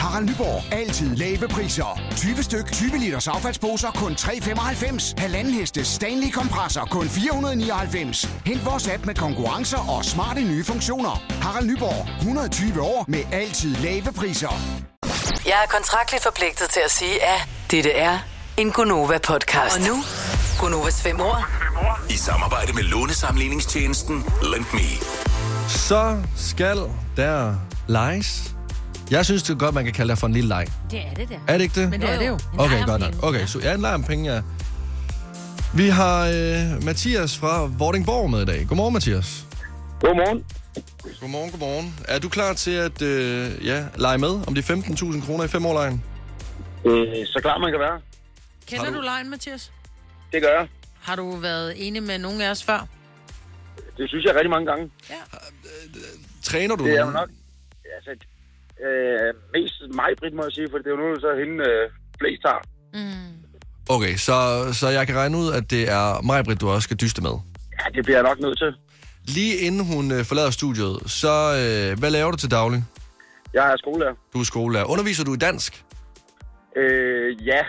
Harald Nyborg. Altid lave priser. 20 styk, 20 liters affaldsposer kun 3,95. Halvanden heste Stanley kompresser kun 499. Hent vores app med konkurrencer og smarte nye funktioner. Harald Nyborg. 120 år med altid lave priser. Jeg er kontraktligt forpligtet til at sige, at dette er en Gunova-podcast. Og nu, Gunovas fem år. I samarbejde med lånesamligningstjenesten Lend Me. Så skal der leges. Jeg synes, det er godt, man kan kalde det for en lille leg. Det er det der. Er det ikke det? Men det er det jo. En leg Okay, om godt nok. penge. Okay, så jeg er en leg om penge, ja. Vi har øh, Mathias fra Vordingborg med i dag. Godmorgen, Mathias. Godmorgen. Godmorgen, godmorgen. Er du klar til at øh, ja, lege med om de 15.000 kroner i femårlejen? Øh, så klar man kan være. Kender du lejen, Mathias? Det gør jeg. Har du været enig med nogen af os før? Det synes jeg rigtig mange gange. Træner du Det er jo nogen? nok. Altså, øh, mest mig, Britt, må jeg sige, for det er jo nu, så hende øh, flest har. Okay, så, så jeg kan regne ud, at det er mig, Britt, du også skal dyste med. Ja, det bliver jeg nok nødt til. Lige inden hun øh, forlader studiet, så øh, hvad laver du til daglig? Jeg er skolelærer. Du er skolelærer. Underviser du i dansk? Øh, ja.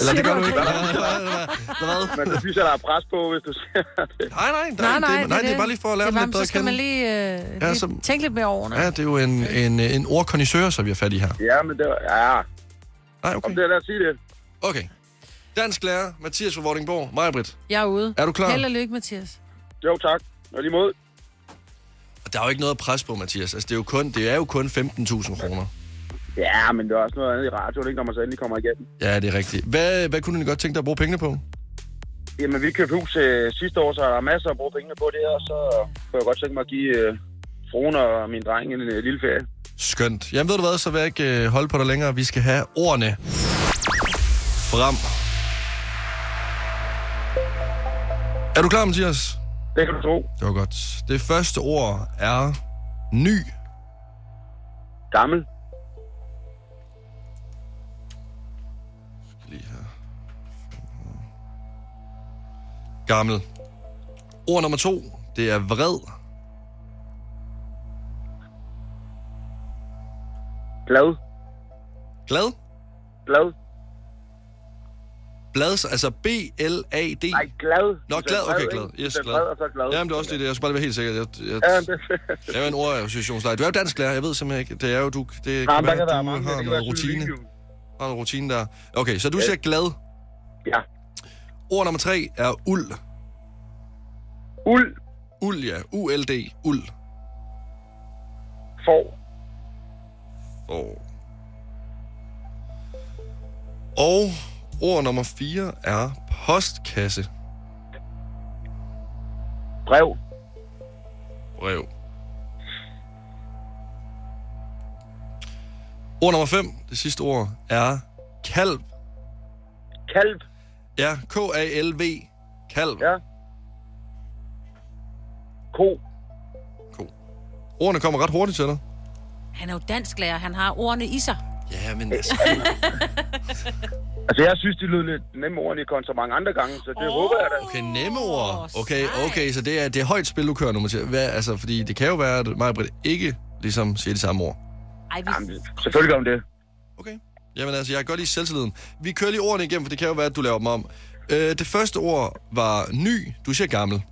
Eller det gør du ikke. Men det synes jeg, der er pres på, hvis du siger det. Nej, nej, Nej, nej, det, nej, det er bare lige for at lære det dem er bare, lidt bedre Så at skal kende. man lige, øh, Ja, lige så- tænke lidt mere over. Ja, det er jo en, en, en ordkondisør, så vi har fat i her. Ja, men det var... Ja. Nej, okay. Om det er, lad os sige det. Okay. Dansk lærer, Mathias fra Vordingborg. Maja Britt. Jeg er ude. Er du klar? Held og lykke, Mathias. Jo, tak. Og lige mod. Og der er jo ikke noget pres på, Mathias. Altså, det er jo kun, det er jo kun 15.000 kroner. Ja, men det er også noget andet i radioen, ikke, når man så endelig kommer igennem. Ja, det er rigtigt. Hvad, hvad kunne du egentlig godt tænke dig at bruge pengene på? Jamen, vi købte hus øh, sidste år, så der er masser at bruge pengene på det her, så kunne jeg godt tænke mig at give øh, fruen og min dreng en øh, lille ferie. Skønt. Jamen, ved du hvad, så vil jeg ikke øh, holde på dig længere. Vi skal have ordene frem. Er du klar, Mathias? Det kan du tro. Det var godt. Det første ord er ny. Gammel. Skal lige her. Gammel. Ord nummer to, det er vred. Glad. Glad? Glad. Blads, altså B-L-A-D. Nej, glad. Nå, glad, okay, glad. Yes, Yes, glad. glad. og så glad. Jamen, det er også lige det. Jeg skal bare lige være helt sikker. Jeg, jeg, Ja, jeg, det, jeg er jo en ordassociationslejer. Du er jo dansk lærer, jeg ved simpelthen ikke. Det er jo, du, det Nej, kan men der kan være, være du mange. har Det kan noget være rutine. syge Har noget rutine der. Okay, så du siger glad. Ja. Ord nummer tre er uld. Uld. Uld, ja. U-L-D. Uld. får. Og... Og ord nummer 4 er postkasse. Brev. Brev. Ord nummer 5, det sidste ord, er kalv. Kalv. Ja, K-A-L-V. Kalv. Ja. Ko. Ko. Ordene kommer ret hurtigt til dig. Han er jo dansklærer. Han har ordene i sig. Ja, men altså... Altså, jeg synes, de lød lidt nemme ord, end de kom så mange andre gange, så det oh. håber jeg da. Okay, nemme ord. Okay, okay, så det er, det er højt spil, du kører nu, Mathias. Hvad, altså, fordi det kan jo være, at mig og Britt ikke ligesom siger de samme ord. Ej, vi... Jamen, selvfølgelig gør hun det. Jamen altså, jeg kan godt lide selvtilliden. Vi kører lige ordene igennem, for det kan jo være, at du laver dem om. Øh, det første ord var ny, du siger gammel.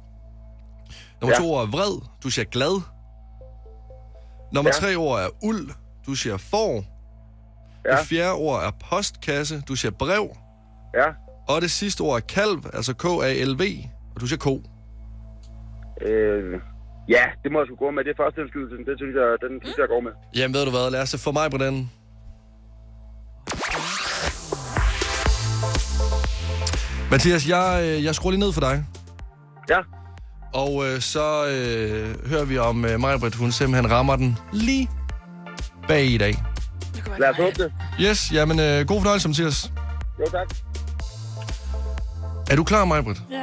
Nummer ja. Ja. to ord er vred, du siger glad. Nummer Ja. ja. tre ord er uld, du siger får. Ja. Det fjerde ord er postkasse, du siger brev. Ja. Og det sidste ord er kalv, altså K-A-L-V, og du siger ko. Øh, ja, det må jeg sgu gå med. Det er førsteundskydelsen. Det synes jeg, den synes jeg går med. Jamen ved du hvad, lad os få mig på den. Mathias, jeg, øh, jeg skruer lige ned for dig. Ja. Og øh, så øh, hører vi om øh, Majbrit, hun simpelthen rammer den lige bag i dag. Lad os håbe det. Yes, jamen øh, god fornøjelse, Mathias. Jo, tak. Er du klar, Majbrit? Ja.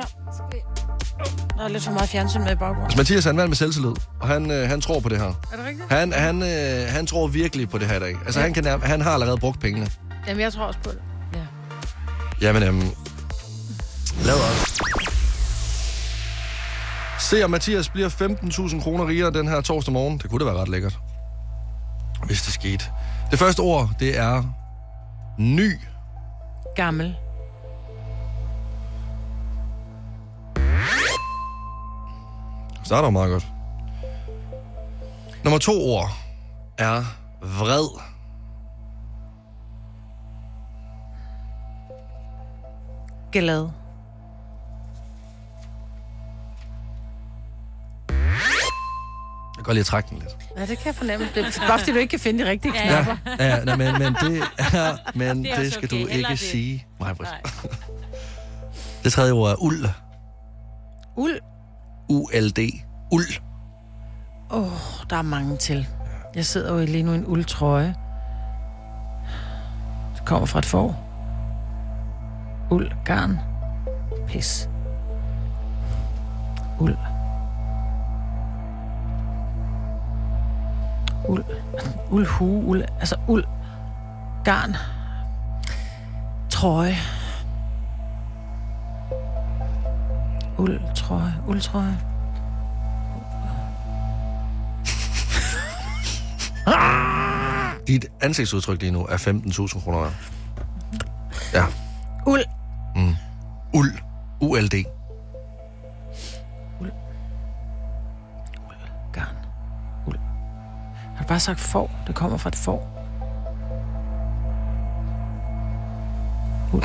Der er lidt for meget fjernsyn med i baggrunden. Altså, Mathias han er en mand med selvtillid, og han, øh, han tror på det her. Er det rigtigt? Han, han, øh, han tror virkelig på det her i dag. Altså, Ja. han, kan, nærm- han har allerede brugt pengene. Jamen, jeg tror også på det. Ja. Jamen, øhm, lad os. Se, om Mathias bliver 15.000 kroner rigere den her torsdag morgen. Det kunne da være ret lækkert. Hvis det skete. Det første ord, det er ny. Gammel. Starter jo meget godt. Nummer to ord er vred. Glad. Jeg kan godt lige trække den lidt. Ja, det kan jeg fornemme. Det er bare fordi, du ikke kan finde de rigtige knapper. Ja, ja nej, men, men det er, men Det det, er er også det skal okay. okay. du Heller ikke det. det. sige. Nej, Britt. Nej. Det tredje ord er uld. Uld. U-L-D. Uld. Åh, oh, der er mange til. Jeg sidder jo lige nu i en uldtrøje. Det kommer fra et får. Uld, garn. Pis. Uld. Uld. Uld, hue, uld. Altså uld. Garn. Trøje. Uld, trøje, uldtrøje. Dit ansigtsudtryk lige nu er 15.000 kroner. værd. Ja. Uld. Mm. Uld. U-L-D. Garn. Uld. Har du bare sagt får? Det kommer fra et får. Uld.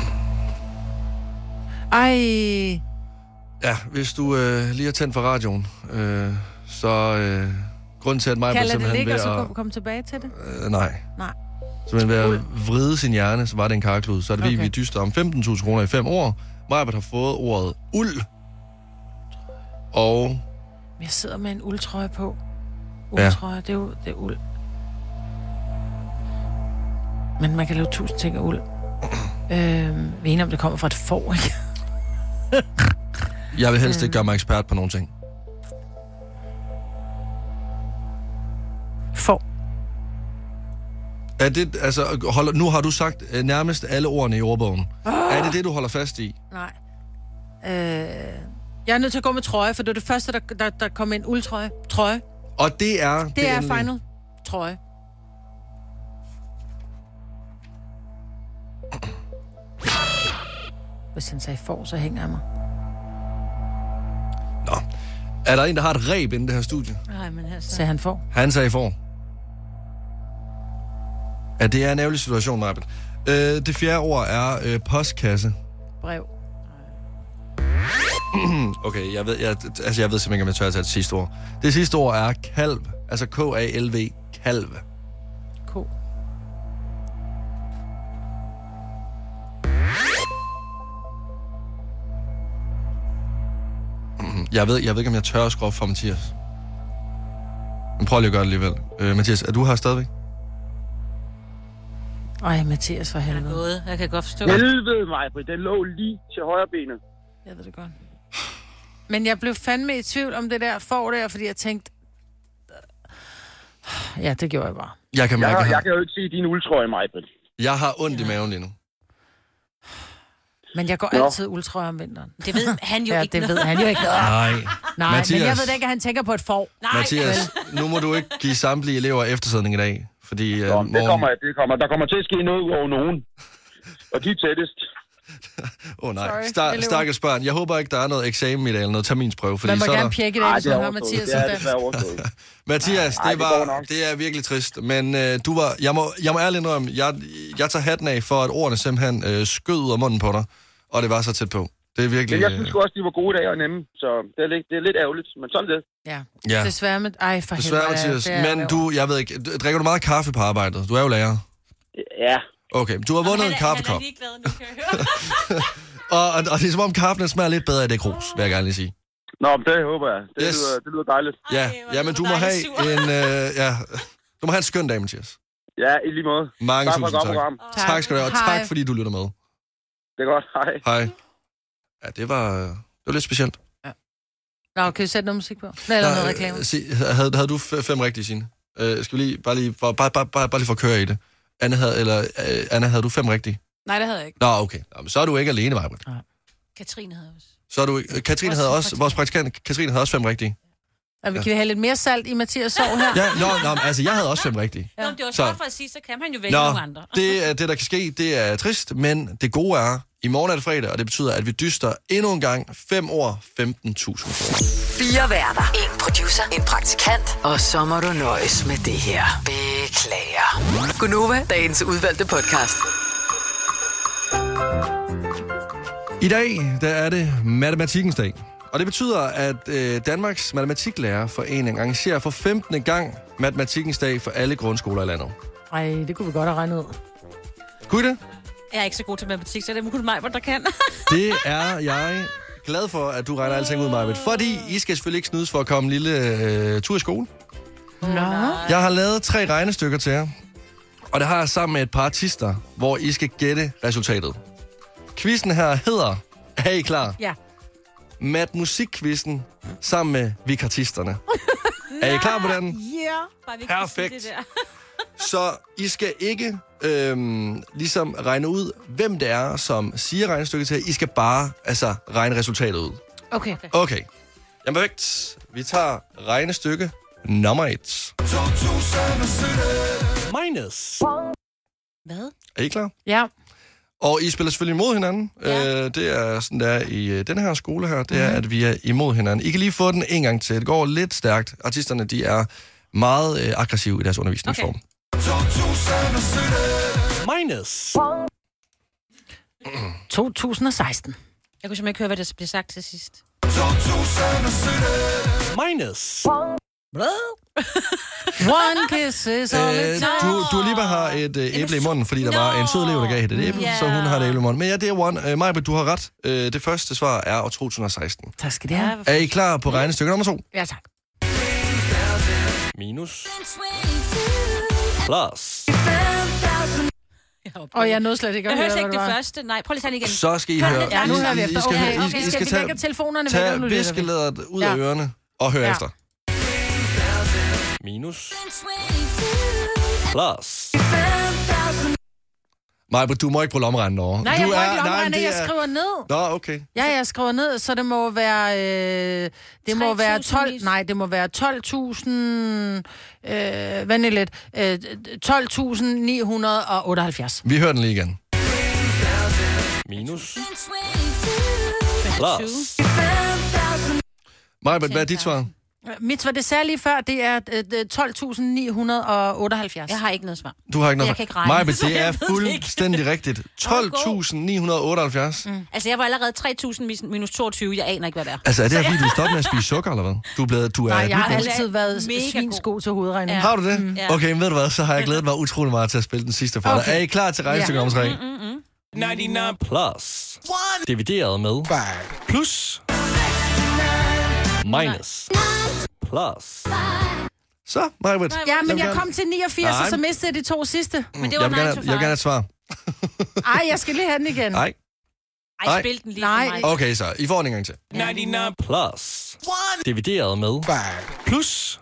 Ej. Ja, hvis du øh, lige har tændt for radioen, øh, så... Øh, grunden til, at mig Kan jeg lade det simpelthen ligge, ved og så at... kom- komme tilbage til det? Øh, nej. Nej. Simpelthen ved at vride sin hjerne, så var det en karklud. Så er det okay. vi, vi dyster om 15.000 kroner i fem år. Majbert har fået ordet uld. Og Men jeg sidder med en uldtrøje på. Ja. Uldtrøje, ja. det er jo det er uld. Men man kan lave tusind ting af uld. øhm, vi er enige om, det kommer fra et får, ikke? jeg vil Øhm. helst ikke gøre mig ekspert på nogen ting. Får. Er det, altså, holder, nu har du sagt øh, nærmest alle ordene i ordbogen. Oh. Ah. Er det det, du holder fast i? Nej. Øh, jeg er nødt til at gå med trøje, for det var det første, der, der, der kom ind. Uldtrøje. Trøje. Og det er... Det, det er endelige. final. Trøje. Hvis han sagde får, så hænger jeg mig. Er der en, der har et reb inden det her studie? Nej, men altså... Sagde han får. Han sagde for. Ja, det er en ærgerlig situation, Marbet. Øh, det fjerde ord er øh, postkasse. Brev. okay, jeg ved, jeg, altså, jeg ved simpelthen ikke, om jeg tør at tage det sidste ord. Det sidste ord er kalv. Altså K-A-L-V. Kalv. K. Mhm. Jeg ved, jeg ved ikke, om jeg tør at skrue op for Mathias. Men prøv lige at gøre det alligevel. Øh, Mathias, er du her stadigvæk? Ej, Mathias for helvede. Noget, jeg kan godt forstå. Helvede mig, Britt. Den lå lige til højre benet. Jeg ved det godt. Men jeg blev fandme i tvivl om det der får der, fordi jeg tænkte... Ja, det gjorde jeg bare. Jeg kan jeg, mærke har- her. jeg kan jo ikke se din uldtrøje, mig, Britt. Jeg har ondt i maven lige nu. Men jeg går Nå. altid uldtrøje om vinteren. Det ved han jo ja, ikke det noget ved han jo ikke. Nej, Nej. Mathias. men jeg Mathias. ved da ikke, at han tænker på et får. Nej. Mathias, nu må du ikke give samtlige elever eftersidning i dag. Fordi, øh, Nå, Det kommer, det kommer. Der kommer til at ske noget ud over nogen. Og de er tættest. Åh oh, Sorry, nej, Star, elever. stakkels barn. Jeg håber ikke, der er noget eksamen i dag, eller noget terminsprøve. Fordi Man må så er gerne der... pjekke i dag, Ej, hvis det er man har overstået. Mathias Det er som dansk. desværre Mathias, Ej, det, det går var, det er virkelig trist. Men øh, du var, jeg, må, jeg må ærligt indrømme, jeg, jeg tager hatten af for, at ordene simpelthen øh, skød ud af munden på dig. Og det var så tæt på. Det er virkelig... Men jeg synes øh, sgu også, de var gode dage og nemme, så det er, lidt, det er lidt ærgerligt, men sådan er det. Ja. Ja. Desværre, med... Ej, for Desværre, helvede, Mathias. det er- Men du, jeg ved ikke, d- drikker du meget kaffe på arbejdet? Du er jo lærer. Ja. Okay, du har vundet en kaffekop. og, og, og det er som om kaffen den smager lidt bedre af det krus, vil jeg gerne lige sige. Nå, men det håber jeg. Det, yes. lyder, det lyder dejligt. Ja, ja men du må have en... Øh, ja. Du må have en skøn dag, Mathias. Ja, i lige måde. Mange tak tak tusind for et godt tak. program. tak. Tak skal du have, og Hej. tak fordi du lytter med. Det er godt, hej. Hej. Ja, det var, øh, det var lidt specielt. Nå, kan vi sætte noget musik på? Nå, Eller noget øh, reklame? se, havde, havde du f- fem rigtige, Signe? Øh, skal vi lige, bare lige, for, bare, bare, bare, bare lige for at køre i det. Anna havde, eller, øh, Anna, havde du fem rigtige? Nej, det havde jeg ikke. Nå, okay. Nå, men så er du ikke alene, Maja. Katrine havde også. Så er du ikke... øh, Katrine havde også... Vores praktikant, Katrine havde også fem rigtige. Og vi kan have lidt mere salt i Mathias sov her. Ja, nå, nå, men altså, jeg havde også fem rigtige. Ja. Nå, men det var Så- så for at sige, så kan han jo vælge Nå, nogle andre. det, er- det, der kan ske, det er trist, men det gode er, i morgen er det fredag, og det betyder, at vi dyster endnu en gang 5 år 15.000 kroner. Fire værter. En producer. En praktikant. Og så må du nøjes med det her. Beklager. Gunova, dagens udvalgte podcast. I dag, der er det matematikkens dag. Og det betyder, at øh, Danmarks Matematiklærer arrangerer for 15. gang matematikkens dag for alle grundskoler i landet. Ej, det kunne vi godt have regnet ud. Kunne I det? Jeg er ikke så god til matematik, så det er kun mig, hvor der kan. Det er jeg glad for, at du regner alting ud, Marvitt. Fordi I skal selvfølgelig ikke snydes for at komme en lille øh, tur i skole. Nå. Jeg har lavet tre regnestykker til jer. Og det har jeg sammen med et par artister, hvor I skal gætte resultatet. Quizzen her hedder, er I klar? Ja. Mat Musik-quizzen sammen med vikartisterne. er I klar på den? Ja. Bare vi ikke kan sige Perfekt. det der. Så I skal ikke øhm, ligesom regne ud, hvem det er, som siger regnestykket til jer. I skal bare altså, regne resultatet ud. Okay. Okay. Jamen perfekt. Vi tager regnestykke nummer et. Minus. Hvad? Er I klar? Ja. Og I spiller selvfølgelig imod hinanden. Ja. Øh, det er sådan, der i øh, den her skole her, det er, at vi er imod hinanden. I kan lige få den en gang til. Det går lidt stærkt. Artisterne, de er meget øh, aggressive i deres undervisningsform. Okay. Minus. 2016. Jeg kunne simpelthen ikke høre, hvad der blev sagt til sidst. Minus. One kiss is all Øh, it takes. du, du lige bare har et øh, æble i munden, fordi der var en sød elev, der gav hende et æble, Ja. så hun har det æble i munden. Men ja, det er one. Øh, Maja, du har ret. Øh, det første svar er år 2016. Tak skal det have. Er I klar på regnestykke nummer to? Ja, tak. Minus. Plus. Og jeg nåede slet ikke at Jeg hørte høre, ikke hvad det det var. første. Nej, prøv lige at tage den igen. Så skal I Hør høre. den. Ja, I- nu hører vi I- I efter. skal- Okay, I- okay. I Skal skal vi tage- lægge telefonerne væk, og Tag nu lytter vi. viskelæderet ud af Ja. ørerne og hør Ja. efter. Minus. Plus. Maja, du må ikke bruge lommeregnen over. Nej, du jeg må er- ikke nej, men lommeregne, det jeg er- skriver ned. Nå, okay. Ja, jeg skriver ned, så det må være... Øh, det må være 12... Nej, det må være 12.000... Øh, vent lidt. Øh, 12.978. Vi hører den lige igen. Minus. Plus. Maja, hvad er dit svar? Mit var det særlige lige før, det er øh, 12.978. Jeg har ikke noget svar. Du har ikke noget Jeg kan ikke regne, Maja, så det jeg er ved det fuldstændig rigtigt. 12.978. Altså, jeg var allerede 3.000 mis- minus 22. Jeg aner ikke, hvad det er. Mm. Altså, er det her, fordi du stopper med at spise sukker, eller hvad? Du er blevet... Du er Nej, et jeg har nyt menneske. altid været svinsgod til hovedregning. Har du det? Okay, men ved du hvad, så har jeg glædet mig utrolig meget til at spille den sidste for dig. Okay. Er I klar til regnestykke Ja. nummer 3? 99 plus divideret med plus minus plus. Så, Majbert. Ja, men jeg kom til 89, og Nej. så mistede jeg de to sidste. Men det var Mm. jeg vil, gerne, jeg vil gerne have et svar. Ej, jeg skal lige have den igen. Nej. Nej. spil den lige Nej. Okay, så I får den en gang til. 99 plus divideret med plus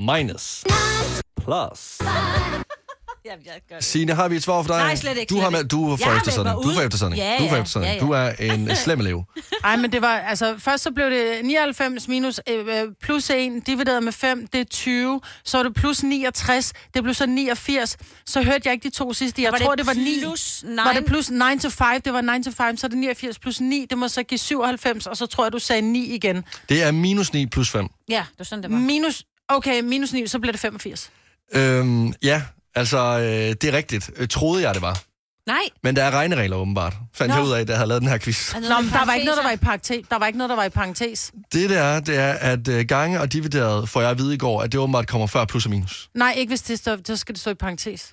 minus plus Ja, jeg gør det. Signe, har vi et svar for dig? Nej, slet ikke, Du, har slet med, du er Jeg for har meldt mig eftersandet. Du er ud. for eftersandet. Ja, Du er for ja. eftersandet. Ja, ja. Du er en øh, slem elev. Nej, men det var, altså, først så blev det 99 minus, øh, øh, plus 1, divideret med 5, det er 20. Så var det plus 69, det blev så 89. Så hørte jeg ikke de to sidste, jeg Var det tror, det, var 9. plus Var det nine? plus 9 to 5, det var 9 to 5, så er det 89 plus 9, det må så give 97, og så tror jeg, du sagde 9 igen. Det er minus 9 plus 5. Ja, det var sådan, det var. Minus, okay, minus 9, så bliver det 85. Øhm, ja, altså, øh, det er rigtigt. Øh, troede jeg, det var. Nej. Men der er regneregler åbenbart. Fandt Nå. Altså- jeg ud af, da jeg havde lavet den her quiz. Nå, men der var ikke noget, der var i parentes. Der var ikke noget, der var i parentes. Det der er, det er, at øh, gange og divideret får jeg at vide i går, at det åbenbart kommer før plus og minus. Nej, ikke hvis det står, så skal det stå i parentes. Det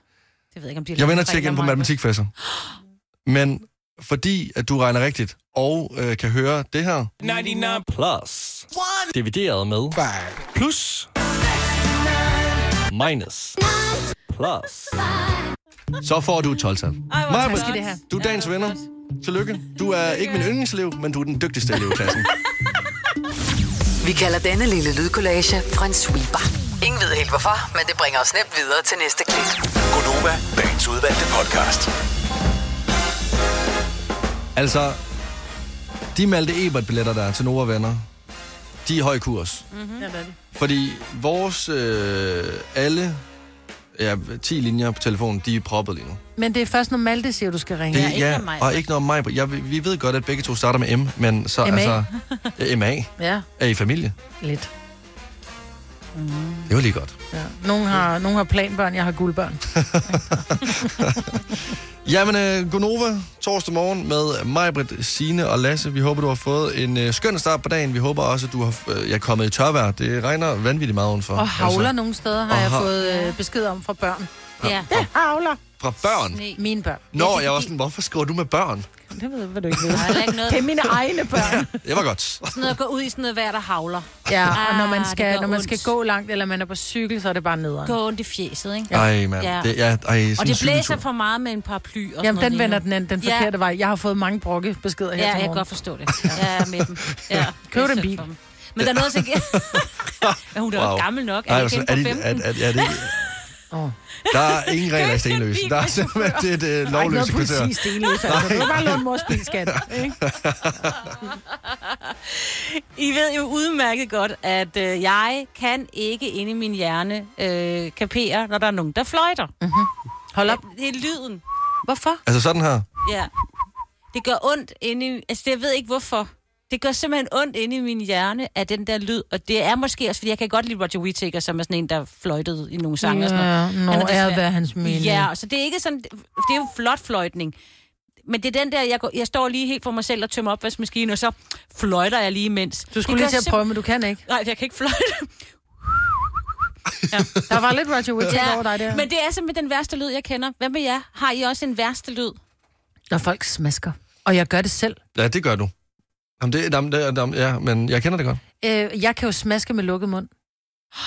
ved jeg ikke, om de Jeg vender til igen på matematikfasser. Men fordi, at du regner rigtigt, og øh, kan høre det her, 99 plus divideret med plus minus plus. Så får du et 12-tal. Ej, hvor Maja, tak skal I have. Du er dagens venner. Tillykke. Du er ikke min yndlingselev, men du er den dygtigste elev i klassen. Vi kalder denne lille lydkollage en sweeper. Ingen ved helt hvorfor, men det bringer os nemt videre til næste klip. Gonova, dagens udvalgte podcast. altså, de Malte Ebert-billetter, der er til Nova Venner, de er i høj kurs. Mhm. Mm-hmm. Ja, det er det. Fordi vores øh, alle ja, 10 linjer på telefonen, de er proppet lige nu. Men det er først, når Malte siger, du skal ringe. Det, og ikke noget mig. Jeg, vi ved godt, at begge to starter med M, men så MA. altså... Ja, MA. Ja, Er I familie? lidt. Mm, Det var lige godt. ja. Nogle har, nogen har planbørn, jeg har guldbørn. Altså- Jamen, øh, Gonova, torsdag morgen med Majbrit, Sine og Lasse. Vi håber, du har fået en øh, skøn start på dagen. Vi håber også, at du har, øh, jeg er kommet i tørvejr. Det regner vanvittigt meget udenfor. Og havler altså. nogle steder, har Og jeg har- fået øh, besked om fra børn. Ja. Det havler. Fra børn? Mine børn. Nå, jeg var sådan, hvorfor skriver du med børn? Det ved jeg, hvad du ikke ved. Der er heller ikke noget. Det er mine egne børn. Det var godt. Sådan noget at gå ud i sådan noget vejr, der havler. Ja, og når Ah, man det skal, gør når man ondt. skal gå langt, eller man er på cykel, så er det bare nederen. Gå ondt i fjeset, ikke? Ej, mand. Det- ja, ej, sådan og en det blæser cykeltur. for meget med en paraply. Og sådan Jamen, noget den vender lige nu. den anden, den ja. forkerte vej. Jeg har fået mange brokke beskeder her Ja, til jeg morgen. kan godt forstå det. Jeg er med dem. Ja, Køb det er en synd bil. for dem. Men der er noget, der ikke... Men hun er jo ikke gammel nok. Er Ej, det ikke altså, hende på er det- 15? er- er- er det ikke- Der er ingen regler i Stenløs. Der er simpelthen det, det Der er ikke lovløse noget kvarter. politi i Stenløse. Altså. Du kan bare låne mors bilskat. ikke? I ved jo udmærket godt, at øh, jeg kan ikke inde i min hjerne øh, kapere, når der er nogen, der fløjter. Mm-hmm. Hold op. Det er lyden. Hvorfor? Altså sådan her. Ja. Det gør ondt inde i... Altså, jeg ved ikke hvorfor. Det gør simpelthen ondt inde i min hjerne af den der lyd. Og det er måske også, fordi jeg kan godt lide Roger Whittaker, som er sådan en, der fløjtede i nogle sange og sådan noget. Ja, nå, Han er desværre- æret være hans mening. Ja, så det er ikke sådan... Det er jo flot fløjtning. Men det er den der, jeg, går, jeg står lige helt for mig selv og tømmer opvaskemaskinen, og så fløjter jeg lige imens. Du skulle lige til at prøve, men du kan ikke. Nej, jeg kan ikke fløjte. Der var lidt Roger Whittaker over dig der. Men det er simpelthen den værste lyd, jeg kender. Hvad med jer? Har I også en værste lyd? Når folk smasker. Og jeg gør det selv. Ja, det gør du. Jamen, det, jamen, det, jamen, ja, men jeg kender det godt. Øh, jeg kan jo smaske med lukket mund.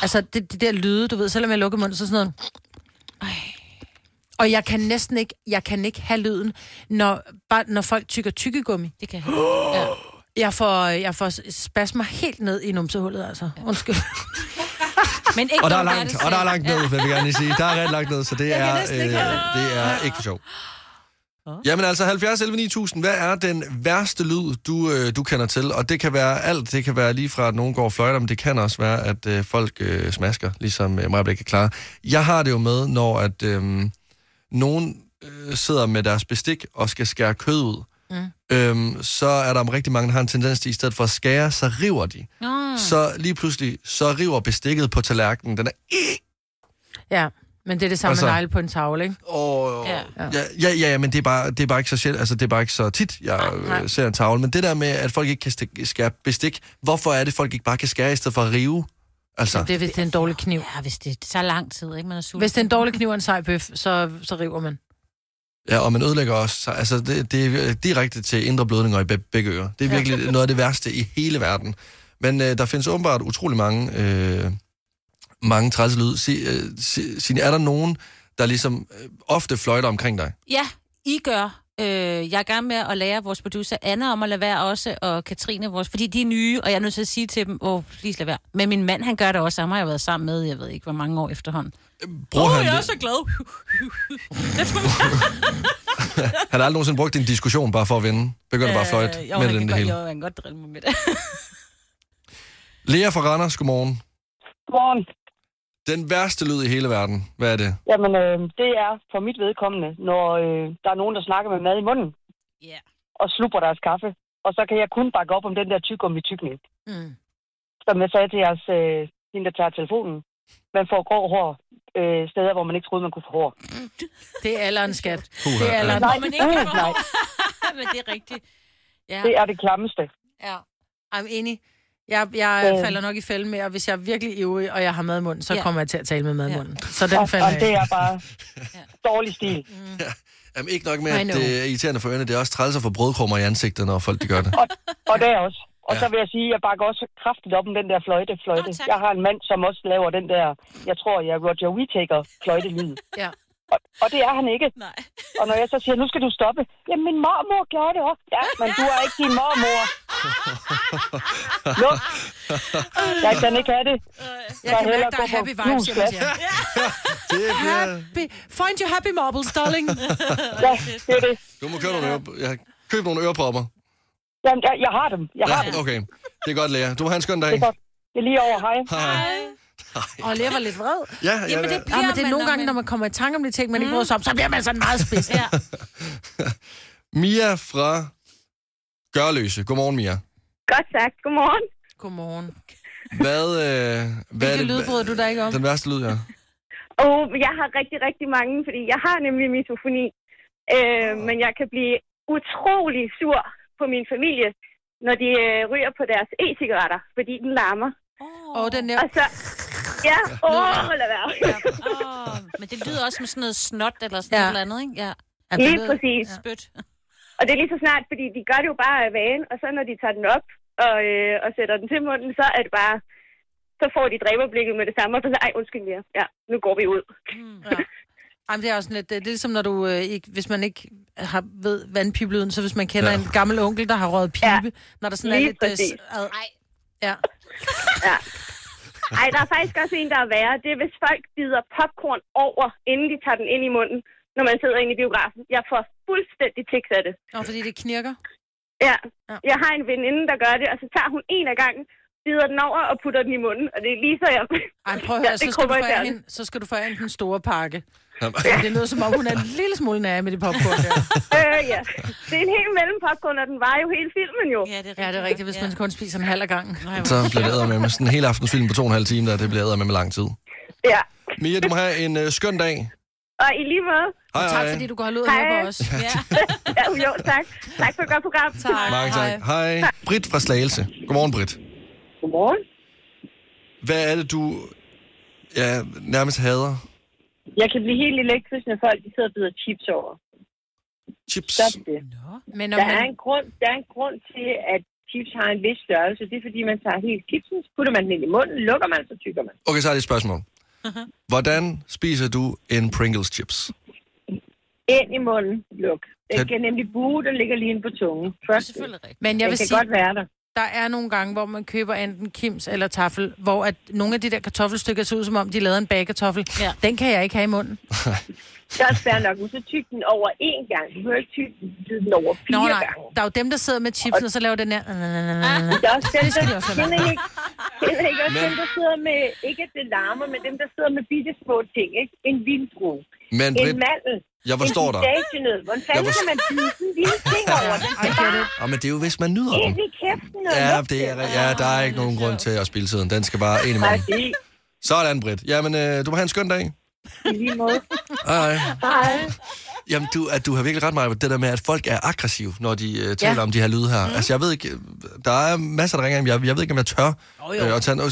Altså, det, det der lyde, du ved, selvom jeg lukker munden, så sådan noget... Ej. Og jeg kan næsten ikke, jeg kan ikke have lyden, når, bare, når folk tykker tykkegummi. Det kan jeg ja. Jeg får, jeg får spasmer helt ned i numsehullet, altså. Undskyld. Men og der er langt, og der er langt ned, vil jeg gerne lige sige. Der er ret langt ned, så det er, næsten øh, ikke have det. det er ikke for sjov. Jamen altså 70 11 9000, hvad er den værste lyd, du, øh, du kender til? Og det kan være alt, det kan være lige fra, at nogen går og fløjter, men det kan også være, at øh, folk øh, smasker, ligesom øh, mig ikke klar. Jeg har det jo med, når at øh, nogen øh, sidder med deres bestik og skal skære kød ud, Mm. øhm, så er der rigtig mange, der har en tendens til, i stedet for at skære, så river de. Nå. Så lige pludselig, så river bestikket på tallerkenen. Den er Ja, men det er det samme altså, Altså- negle på en tavle, ikke? Åh, ja. Ja, ja, ja, ja, men det er, bare, det er bare ikke så sjældent, altså det er bare ikke så tit, jeg nej, nej. nej. ser en tavle. Men det der med, at folk ikke kan stik- skære bestik, hvorfor er det, folk ikke bare kan skære i stedet for at rive? Altså, Det er, hvis det er en dårlig kniv. Ja, hvis det tager lang tid, ikke? Man er sulten. Hvis det er en dårlig kniv og en sej bøf, så, så river man. ja, og man ødelægger også, så, altså det, det er direkte til indre blødninger i be- begge ører. Det er virkelig ja. noget af det værste i hele verden. Men øh, der findes åbenbart utrolig mange, øh, mange trælselyd. Si, øh, si, Signe, er der nogen, der ligesom øh, ofte fløjter omkring dig? Ja, I gør. Øh, jeg er i gang med at lære vores producer Anna om at lade være også, og Katrine vores, fordi de er nye, og jeg er nødt til at sige til dem, åh, oh, please lad være. Men min mand, han gør det også, ham har jeg været sammen med, jeg ved ikke, hvor mange år efterhånden. Bruger Åh, han jeg er det? så glad. det tror Han har aldrig nogensinde brugt en diskussion bare for at vinde. Begynder øh, bare at fløjte jo, med han kan den det godt, hele. Jo, han kan godt drille mig med det. Lea fra Randers, godmorgen. Godmorgen. Den værste lyd i hele verden. Hvad er det? Jamen, øh, det er for mit vedkommende, når øh, der er nogen, der snakker med mad i munden. Yeah. Og slupper deres kaffe. Og så kan jeg kun bakke op om den der tyggegummi-tykning. Mm. Som jeg sagde til jeres, øh, hende, der tager telefonen. Man får grå hår øh, steder, hvor man ikke troede, man kunne få hår. Det er alderen, skat. Puha, det er alderen. ja. Når man ikke kan få Nej. Men det er rigtigt. Ja. Det er det klammeste. Ja. I'm enig. Jeg, jeg Øh. falder nok i fælden med, og hvis jeg er virkelig ivrig, og jeg har mad i munden, så Ja. kommer jeg til at tale med mad i Ja. munden. Så den Og- falder og jeg det i. er bare dårlig stil. Mm. Jamen, ikke nok med, I at know. det er irriterende for ørerne. Det er også træls at få brødkrummer i ansigtet, når folk de gør det. Og, og det er også. Og så vil jeg sige, at jeg bakker også kraftigt op om den der fløjte, fløjte. jeg har en mand, som også laver den der, jeg tror, jeg er Roger Whittaker fløjtelyd. Ja. Og, og det er han ikke. Nej. Og når jeg så siger, nu skal du stoppe. Jamen, min mormor gjorde det også. Ja, men du er ikke din mormor. Luk. Jeg kan ikke have det. Jeg Så kan mærke, hellere der er gå på happy vibes hjemme hos knusglas. jer. Happy. Find your happy marbles, darling. Ja, det er det. Du må købe nogle øre... Jeg køb nogle ørepropper. Jamen, jeg, jeg har dem. Jeg har dem. Okay, det er godt, Lea. Du må have en skøn dag. Det er godt. Det er lige over. Hej. Hej. Og Lea var lidt vred. Ja, ja, Jamen, ja. det bliver ja, men det er nogle gange, når man kommer i tanke om de ting, man mm. ikke bryder sig om, så bliver man sådan meget spids. ja. Mia fra Gørløse. Godmorgen, Mia. Godt sagt. Godmorgen. Godmorgen. Hvad, øh, hvad er Hvilke lyd bryder du dig ikke om? Den værste lyd, ja. Og jeg har rigtig, rigtig mange, fordi jeg har nemlig misofoni. Øh, men jeg kan blive utrolig sur på min familie, når de øh, ryger på deres e-cigaretter, fordi den larmer. Oh. Og den der... Og så... Ja, åh, Lyder. lad være. Men det lyder også med sådan noget snot eller sådan ja. noget andet, ikke? Ja. Lige præcis. Spyt. Og det er lige så snart, fordi de gør det jo bare af vanen, og så når de tager den op og, øh, og sætter den til munden, så er det bare... Så får de dræberblikket med det samme, og så siger, ej, undskyld mere. Ja, nu går vi ud. Jamen, det er også sådan lidt, det er ligesom når du, øh, ikke, hvis man ikke har, ved vandpibelyden, så hvis man kender ja. en gammel onkel, der har røget pibe, ja. når der sådan Lige er lidt... øh, præcis. ad, ja. Ja. Ej, der er faktisk også en, der er værre. Det er, hvis folk bider popcorn over, inden de tager den ind i munden, når man sidder inde i biografen. Jeg får fuldstændig tiks af det. Nå, fordi det knirker? Ja. Jeg har en veninde, der gør det, og så tager hun en af gangen, bider den over og putter den i munden. Og det er lige så jeg... Ej, prøv at høre, så skal, du få af hende, så skal du få af hende den store pakke. Det lyder som om, hun er en lille smule nær med det popcorn der. Øh, ja. Det er en helt mellem popcorn, og den var jo hele filmen jo. Ja, det er rigtigt, ja, det er rigtigt hvis ja. man kun spiser en halv af gangen. Så bliver det æder med, med sådan en hel aftensfilm på to og en halv time, der det bliver æder med med lang tid. Ja. Mia, du må have en øh, skøn dag. Og i lige måde. Hej, Tak, hej. fordi du går ud og hej. på os. Ja. ja, jo, tak. Tak for et godt program. Tak. Mange tak. Hej. Britt fra Slagelse. Godmorgen, Britt. Godmorgen. Hvad er det, du ja, nærmest hader? Jeg kan blive helt elektrisk, når folk de sidder og bider chips over. Chips? Stop det. Men der, er en grund, der er en grund til, at chips har en vis størrelse. Det er, fordi man tager helt chipsen, så putter man den ind i munden, lukker man, så tykker man. Okay, så er det et spørgsmål. Hvordan spiser du en Pringles chips? Ind i munden, luk. Den Kan- kan nemlig buge, den ligger lige inde på tungen. Først. Selvfølgelig rigtigt. Men jeg vil den kan sige, godt være der. der er nogle gange, hvor man køber enten kims eller taffel, hvor at nogle af de der kartoffelstykker ser ud, som om de lavede en bagkartoffel. Ja. Den kan jeg ikke have i munden. Det er også fair nok, men så tyk den over én gang. Du behøver ikke tykke den, bide den over fire Nå, gange. Ah, nej. Der er jo dem, der sidder med chipsen, og så laver den her... Det er også dem, Det der, skal de også have. kender I ikke, kender I ikke også Men- dem, der sidder med, ikke at det larmer, men dem, der sidder med bitte små ting, ikke? En vindrue, Men en Britt, mandel, jeg forstår en dig. pistachienød. Hvordan fanden forst- kan man bide sådan en lille ting over? Den skal bare Ah, men det er jo, hvis man nyder den. ind i kæften og Ja, luft det er, ja, der er ikke nogen grund til at spille tiden. Den skal bare ind i munden. Præcis. Sådan, Britt. Jamen, øh, du må have en skøn dag. I lige måde. Hej. Hej. Jamen, du, at du har virkelig ret meget på det der med, at folk er aggressive, når de øh, taler om de her lyde her. Mm. Altså, jeg ved ikke, øh, der er masser, der ringer ind. Jeg, jeg ved ikke, om jeg tør. Oh, øh, at tage, oh,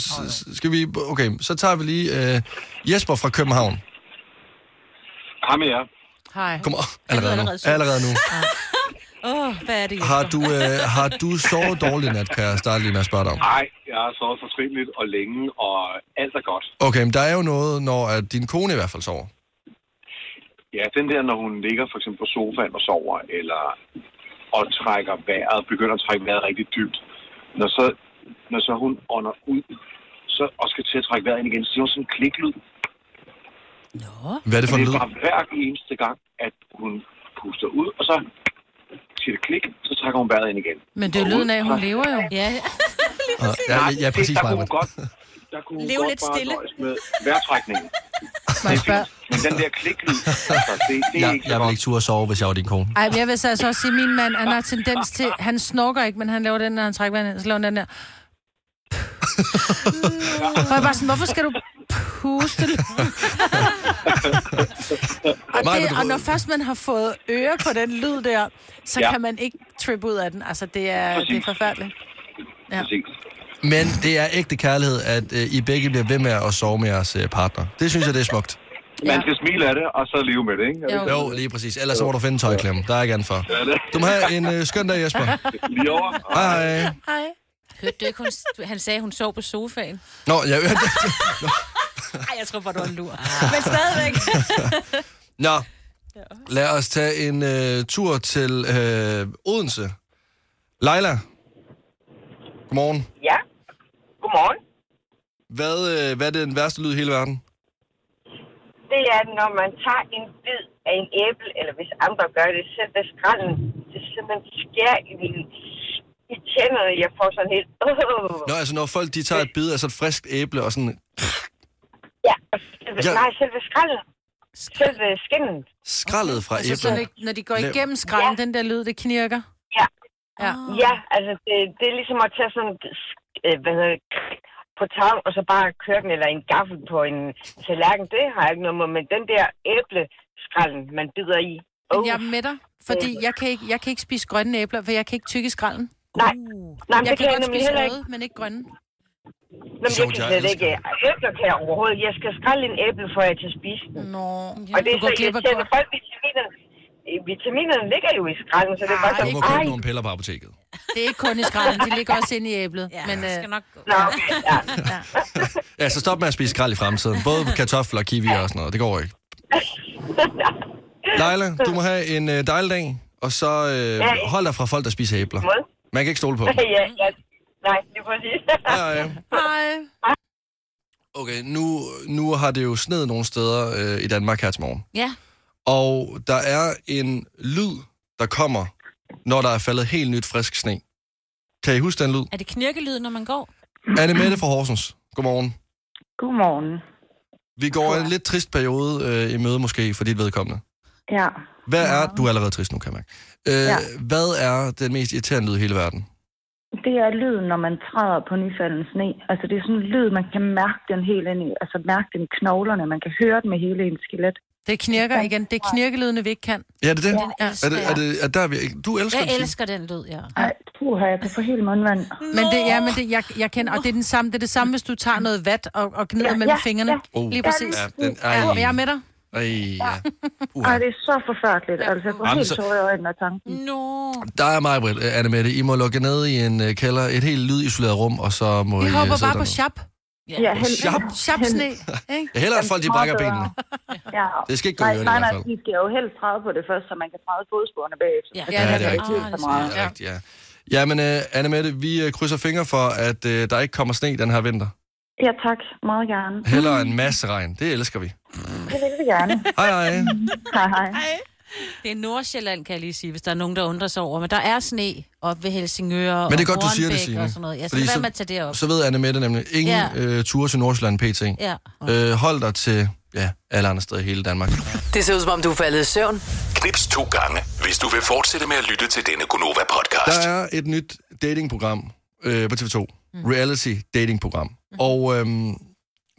skal vi, okay, så tager vi lige øh, Jesper fra København. Ham er jeg. Hej. Kom allerede, allerede nu. Allerede nu. Åh, oh, hvad er det? Har du, øh, har du sovet dårligt i nat, kan jeg starte lige med at spørge dig om? Nej, jeg har sovet forsvindeligt og længe, og alt er godt. Okay, men der er jo noget, når at din kone i hvert fald sover. Ja, den der, når hun ligger for eksempel på sofaen og sover, eller og trækker vejret, begynder at trække vejret rigtig dybt. Når så, når så hun ånder ud, så, og skal til at trække vejret ind igen, så siger hun sådan en kliklyd. Hvad er det for Men det er en lyd? bare hver eneste gang, at hun puster ud, og så siger det klik, så trækker hun vejret ind igen. Men det er jo lyden af, at hun lever jo. Ja, Og- Ja, ja, det- præcis, der kunne hun Maja. godt, der kunne hun Lev godt lidt bare stille. nøjes med vejrtrækningen. Man spørger, Men den der kliklyd, altså, det, det er Jeg, ikke så jeg vil ikke turde sove, hvis jeg var din kone. Ej, men jeg vil så altså også sige, at min mand han har tendens til, han snorker ikke, men han laver den, når han trækker vand, ind, så laver han den der. Og jeg er bare sådan, hvorfor skal du puste? og, Maja, det, du- og når først man har fået øre på den lyd der, så Ja. kan man ikke trippe ud af den. Altså, det er, det er forfærdeligt. Ja. Men det er ægte kærlighed, at øh, I begge bliver ved med at sove med jeres øh, partner. Det synes jeg, det er smukt. Man skal smile af det, og så leve med det, ikke? Er det ikke Jo, lige præcis. Ellers så må du finde en tøjklemme. Der er ikke andet for. Du må have en øh, skøn dag, Jesper. Jo. Hej. hej. Hej. Hørte du ikke, hun, du- han sagde, hun sov på sofaen? Nå, jeg hørte Nej, jeg tror bare, du var en lur. Ah. Men stadigvæk. Nå, lad os tage en øh, tur til øh, Odense. Leila, godmorgen. Ja, godmorgen. Hvad, øh, hvad er den værste lyd i hele verden? Det er, når man tager en bid af en æble, eller hvis andre gør det, sætter skralden, det er simpelthen skær i, min- i tænderne. Jeg får sådan helt... Nå, altså når folk de tager et bid af sådan et frisk æble og sådan... Selve, Ja. Nej, selve skralden. Selve skinnet. Skraldet fra Altså, æblet. sådan, ikke- når de går igennem skralden, ja. den der lyd, det knirker. Ja. Ja. Ja, altså det, det er ligesom at tage sådan... øh, Hvad hedder det, på tavn, og så bare køre den, eller en gaffel på en tallerken, det har jeg ikke noget med, men den der æbleskralden, man bider i. Men jeg er med dig, fordi Øh. jeg kan, ikke, jeg kan ikke spise grønne æbler, for jeg kan ikke tykke skralden. Uh. Nej, Nej men jeg det kan kan jeg godt nemlig spise heller røde, men ikke grønne. Nå, men jeg Sjovt, kan jeg slet elsker ikke. Æbler kan jeg overhovedet. Jeg skal skrælle en æble, for jeg kan spise den. Nå, og det du er går så glip af irriterende. Folk vitaminerne, øh, vitaminerne ligger jo i skralden, så det er bare Du sådan, kan købe ej, nogle piller på apoteket. Det er ikke kun i skralden, de ligger også inde i æblet. Ja, men, øh, skal nok gå. Nå, okay, ja. Ja, så stop med at spise skrald i fremtiden. Både kartofler, kiwi og sådan noget. Det går ikke. Leila, du må have en øh, dejlig dag, og så øh, Ja. hold dig fra folk, der spiser æbler. Måde. Man kan ikke stole på dem. ja, ja. Nej, lige præcis. Hej. Hej. Okay, nu, nu har det jo sneet nogle steder øh, i Danmark her til morgen. Ja. Og der er en lyd, der kommer, når der er faldet helt nyt frisk sne. Kan I huske den lyd? Er det knirkelyd, når man går? Anne Mette fra Horsens. Godmorgen. Godmorgen. Vi går en lidt trist periode øh, i møde måske for dit vedkommende. Ja. Hvad er... Du er allerede trist nu, kan jeg mærke. Øh, Ja. Hvad er den mest irriterende lyd i hele verden? Det er lyden, når man træder på nyfalden sne. Altså, det er sådan en lyd, man kan mærke den helt ind i. Altså, mærke den i knoglerne. Man kan høre den med hele ens skelet. Det knirker igen. Det er knirkelydene, vi ikke kan. Ja, det er det? Den elsker er det, er det er der, er vi, du elsker Jeg den, Signe? elsker den lyd, ja. Ej, puha, jeg kan få helt mundvand. Men det, ja, men det, jeg, jeg kender, og det er, den samme, det er det samme, hvis du tager noget vat og, og gnider ja, mellem ja, fingrene. ja. Oh, Lige præcis. ja, den- ej. ja, jeg er med dig. Ej, ja. Ej, det er så forfærdeligt. Altså, jeg får Jamen, helt så- tårer i øjnene af tanken. No. Der er mig, Britt, Øh, Anne Mette. I må lukke ned i en øh, kælder, et helt lydisoleret rum, og så må Vi I... øh, håber sidde bare på dernede. chap. Ja, held- Chap? Chap sne. Ikke? Ja, hellere at folk, de brækker Meget benene. bedre. Ja. Det skal ikke gå i nej, ørerne i nej, hvert nej, fald. de skal jo helst træde på det først, så man kan træde fodsporene bagefter. Ja, Ah, Ja, det er rigtigt. ikke så meget. Det er rigtigt, ja. Jamen, øh, Anne Mette, vi øh, krydser fingre for, at øh, der ikke kommer sne den her vinter. Ja, tak. Meget gerne. Heller en masse regn. Det elsker vi. Det vil vi gerne. Hej, hej. Hej, hej. Det er Nordsjælland, kan jeg lige sige, hvis der er nogen, der undrer sig over. Men der er sne op ved Helsingør Men det er og godt, du siger det, Hornbæk Signe. Og sådan noget. Ja, så Fordi lad være med at tage det op. Så ved Anne Mette nemlig, ingen Ja. øh, ture til Nordsjælland PT. Ja. Øh, hold dig til ja, alle andre steder i hele Danmark. Det ser ud som om, du er faldet i søvn. Knips to gange, hvis du vil fortsætte med at lytte til denne Gonova-podcast. Der er et nyt datingprogram øh, på TV2. Mm. Reality datingprogram. Mm. Og øhm,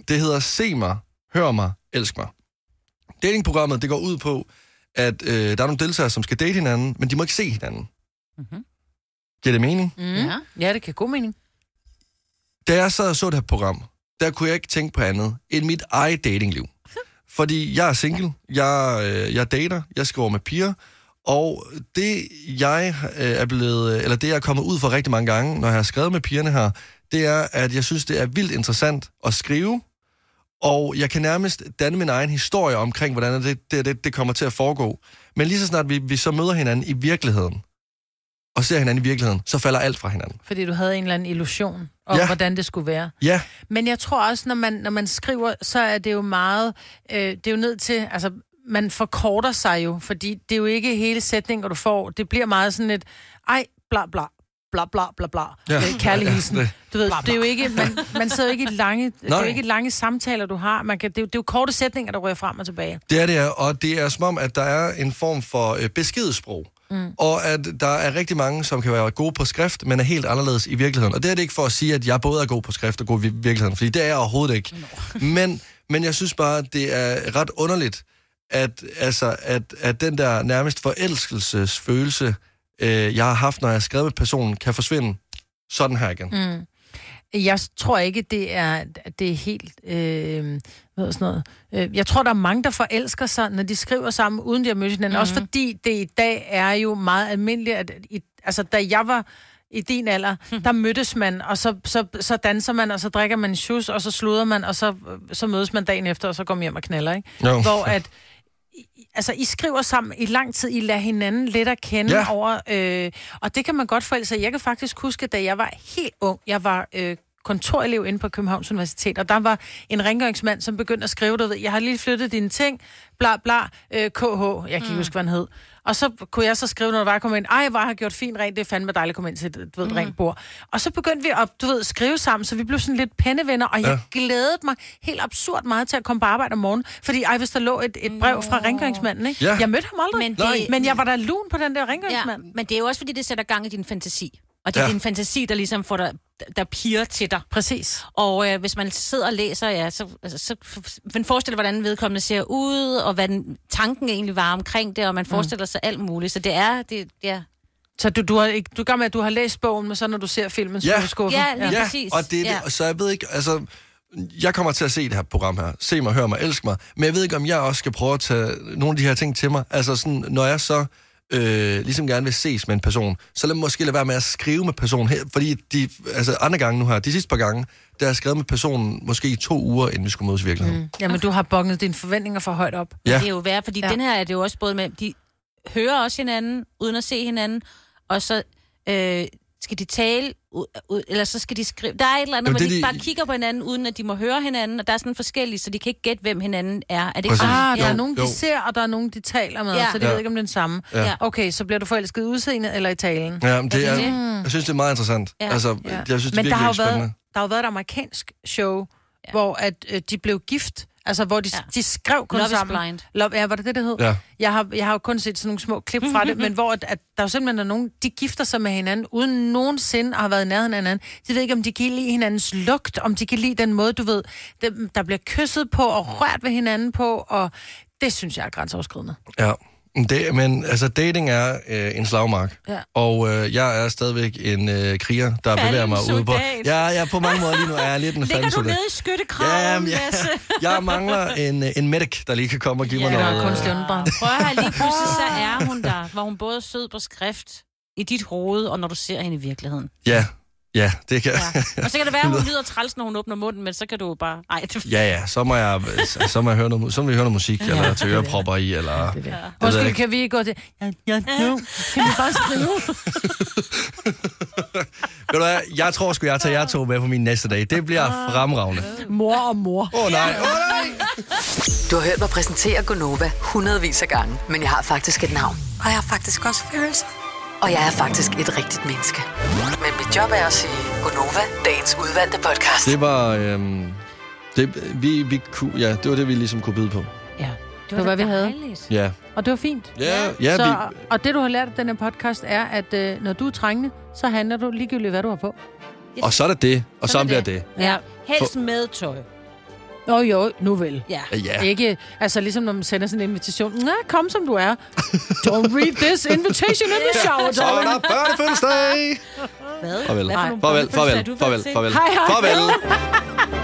det hedder Se mig, hør mig, elsk mig. Datingprogrammet det går ud på, at øh, der er nogle deltagere, som skal date hinanden, men de må ikke se hinanden. Mm-hmm. Giver det mening? Mm. Ja. Mhm. ja, det kan god mening. Da jeg sad og så det her program, der kunne jeg ikke tænke på andet end mit eget datingliv. Fordi jeg er single, jeg, øh, jeg dater, jeg skriver med piger, og det jeg øh, er blevet, eller det jeg er kommet ud for rigtig mange gange, når jeg har skrevet med pigerne her, det er, at jeg synes, det er vildt interessant at skrive, og jeg kan nærmest danne min egen historie omkring, hvordan det, det, det, det kommer til at foregå. Men lige så snart vi, vi så møder hinanden i virkeligheden, og ser hinanden i virkeligheden, så falder alt fra hinanden. Fordi du havde en eller anden illusion om, Ja. ja. hvordan det skulle være. Ja, Men jeg tror også, når man, når man skriver, så er det jo meget... Øh, det er jo nødt til... Altså, man forkorter sig jo, fordi det er jo ikke hele sætningen, du får. Det bliver meget sådan et... Ej, bla bla, bla bla bla bla. Ja. Ja. Øh, kærlig Ja, hilsen. det- Du ved, det er jo ikke... Man, man sidder jo ikke i lange... Det er jo Nej. ikke lange samtaler, du har. Man kan, det, er jo, det er jo korte sætninger, der rører frem og tilbage. det er det, er, og det er som om, at der er en form for øh, beskedsprog. Mm. Og at der er rigtig mange, som kan være gode på skrift, men er helt anderledes i virkeligheden. Og det er det ikke for at sige, at jeg både er god på skrift og god i vir- virkeligheden, fordi det er jeg overhovedet ikke. Men, men jeg synes bare, at det er ret underligt, at, altså, at, at den der nærmest forelskelsesfølelse, øh, jeg har haft, når jeg har skrevet med personen, kan forsvinde sådan her igen. Mm. Jeg tror ikke, det er, at det er helt... Øh, hvad hedder sådan noget. Øh, Jeg tror, der er mange, der forelsker sig, når de skriver sammen, uden de har mødt hinanden. Mm. Også fordi det i dag er jo meget almindeligt, at i, altså, da jeg var i din alder, der mødtes man, og så, så, så danser man, og så drikker man en shoes, og så sluder man, og så, så mødes man dagen efter, og så går man hjem og knaller, ikke? Jo. Hvor at, altså, I skriver sammen i lang tid, I lader hinanden lidt at kende Ja. ja. over, øh, og det kan man godt forælde sig. Jeg kan faktisk huske, da jeg var helt ung, jeg var øh, kontorelev inde på Københavns Universitet, og der var en rengøringsmand, som begyndte at skrive, du ved, jeg har lige flyttet dine ting, bla bla, øh, KH, jeg kan ikke huske, hvad han hed. Og så kunne jeg så skrive, når jeg var kommet ind, ej, hvor jeg har gjort fint rent, det er fandme dejligt at komme ind til et, du ved, mm. rent bord. Og så begyndte vi at, du ved, skrive sammen, så vi blev sådan lidt pennevenner, og jeg Ja. ja glædede mig helt absurd meget til at komme på arbejde om morgenen, fordi ej, hvis der lå et, et brev fra rengøringsmanden, ikke? Ja. Jeg mødte ham aldrig, Men men, det- det... men jeg var der lun på den der rengøringsmand. men det er jo også, fordi det sætter gang i din fantasi. Og det er Ja. ja. din fantasi, der ligesom får dig, der piger til dig. Præcis. Og øh, hvis man sidder og læser, ja, så, altså, så f- man forestiller, hvordan vedkommende ser ud, og hvad den, tanken egentlig var omkring det, og man Mm. forestiller sig alt muligt. Så det er, det, ja. Så du, du, har ikke, du gør med, at du har læst bogen, men så når du ser filmen, så er du skuffet. ja. Og det, er det, ja. så jeg ved ikke, altså, jeg kommer til at se det her program her. Se mig, hør mig, elsk mig. Men jeg ved ikke, om jeg også skal prøve at tage nogle af de her ting til mig. Altså sådan, når jeg så øh, ligesom gerne vil ses med en person, så lad mig måske lade være med at skrive med personen her. Fordi de, altså andre gange nu her, de sidste par gange, der har jeg skrevet med personen måske i to uger, inden vi skulle mødes i virkeligheden. Mm. Jamen, du har bonget dine forventninger for højt op. Ja. Det er jo værd, fordi ja. Ja. den her er det jo også både med, de hører også hinanden, uden at se hinanden, og så øh, skal de tale, u- u- eller så skal de skrive. Der er et eller andet, hvor Jamen, det de, er de de- bare kigger på hinanden, uden at de må høre hinanden, og der er sådan forskellige, så de kan ikke gætte, hvem hinanden er. Er det ikke Præcis. sådan? Ah, der er Jo, nogen, jo. de ser, og der er nogen, de taler med, Ja. ja. så de Ja. ved ikke, om det er den samme. Ja. Ja. Okay, så bliver du forelsket i udseendet eller i talen? Ja, men det er, Mm. jeg synes, det er meget interessant. Ja. Altså, jeg synes, det er Men der virkelig har, jo spændende. været, der har jo været et amerikansk show, ja. hvor at, øh, de blev gift. Altså, hvor de, ja. de skrev kun Love is sammen. Blind. Love, ja, var det det, det hed? Ja. Jeg, har, jeg har jo kun set sådan nogle små klip fra det, men hvor at, at der jo simpelthen er nogen, de gifter sig med hinanden, uden nogensinde at have været i nærheden af hinanden. De ved ikke, om de kan lide hinandens lugt, om de kan lide den måde, du ved, dem, der bliver kysset på og rørt ved hinanden på, og det synes jeg er grænseoverskridende. Ja, men det, men altså dating er øh, en slagmark, Ja. og øh, jeg er stadigvæk en øh, kriger, der bevæger mig ude på... Falden soldat. Ja, jeg er på mange måder lige nu er jeg lidt en Ligger du faldsoldat. nede i skyttekraven, ja, Lasse? jeg mangler en, øh, en medic, der lige kan komme og give mig Ja, noget... der er kun øh, Dundbar. Prøv at høre, lige pludselig så er hun der, hvor hun både er sød på skrift, i dit hoved, og når du ser hende i virkeligheden. ja, ja, det kan... Og så kan det være, at hun lyder træls, når hun åbner munden, men så kan du jo bare... Ej, det... Ja, ja, så må jeg, så må jeg høre noget, mu- så må vi høre noget musik, eller Ja. ja, tage ørepropper i, eller... Ja, det der. Måske kan vi ikke gå til... Ja, ja, jo. Kan vi bare skrive? Ved du hvad, jeg tror sgu, jeg tager jer to med på min næste dag. Det bliver fremragende. Mor og mor. Åh oh, nej, Du har hørt mig præsentere Gonova hundredvis af gange, men jeg har faktisk et navn. Og jeg har faktisk også følelser. Og jeg er faktisk et rigtigt menneske. Men mit job er at sige Gonova, dagens udvalgte podcast. Det var... Øhm, det, vi, vi kunne, ja, det var det, vi ligesom kunne byde på. Ja, det var, hvad vi havde. Ja. Og det var fint. Ja, ja, så, vi- Og det, du har lært af den her podcast, er, at øh, når du er trængende, så handler du ligegyldigt, hvad du har på. Og så er der det, og så bliver det. Ja. Helst med tøj. Nå jo, nu vel. Ja. Ja. Ikke, altså ligesom når man sender sådan en invitation. Nå, kom som du er. Don't read this invitation in the shower, Så er der darling. børnefødselsdag! Hvad? Farvel. Hvad for nogle Farvel, børnefødselsdage farvel, er du ved at farvel, se? farvel. Hej, hej. Farvel.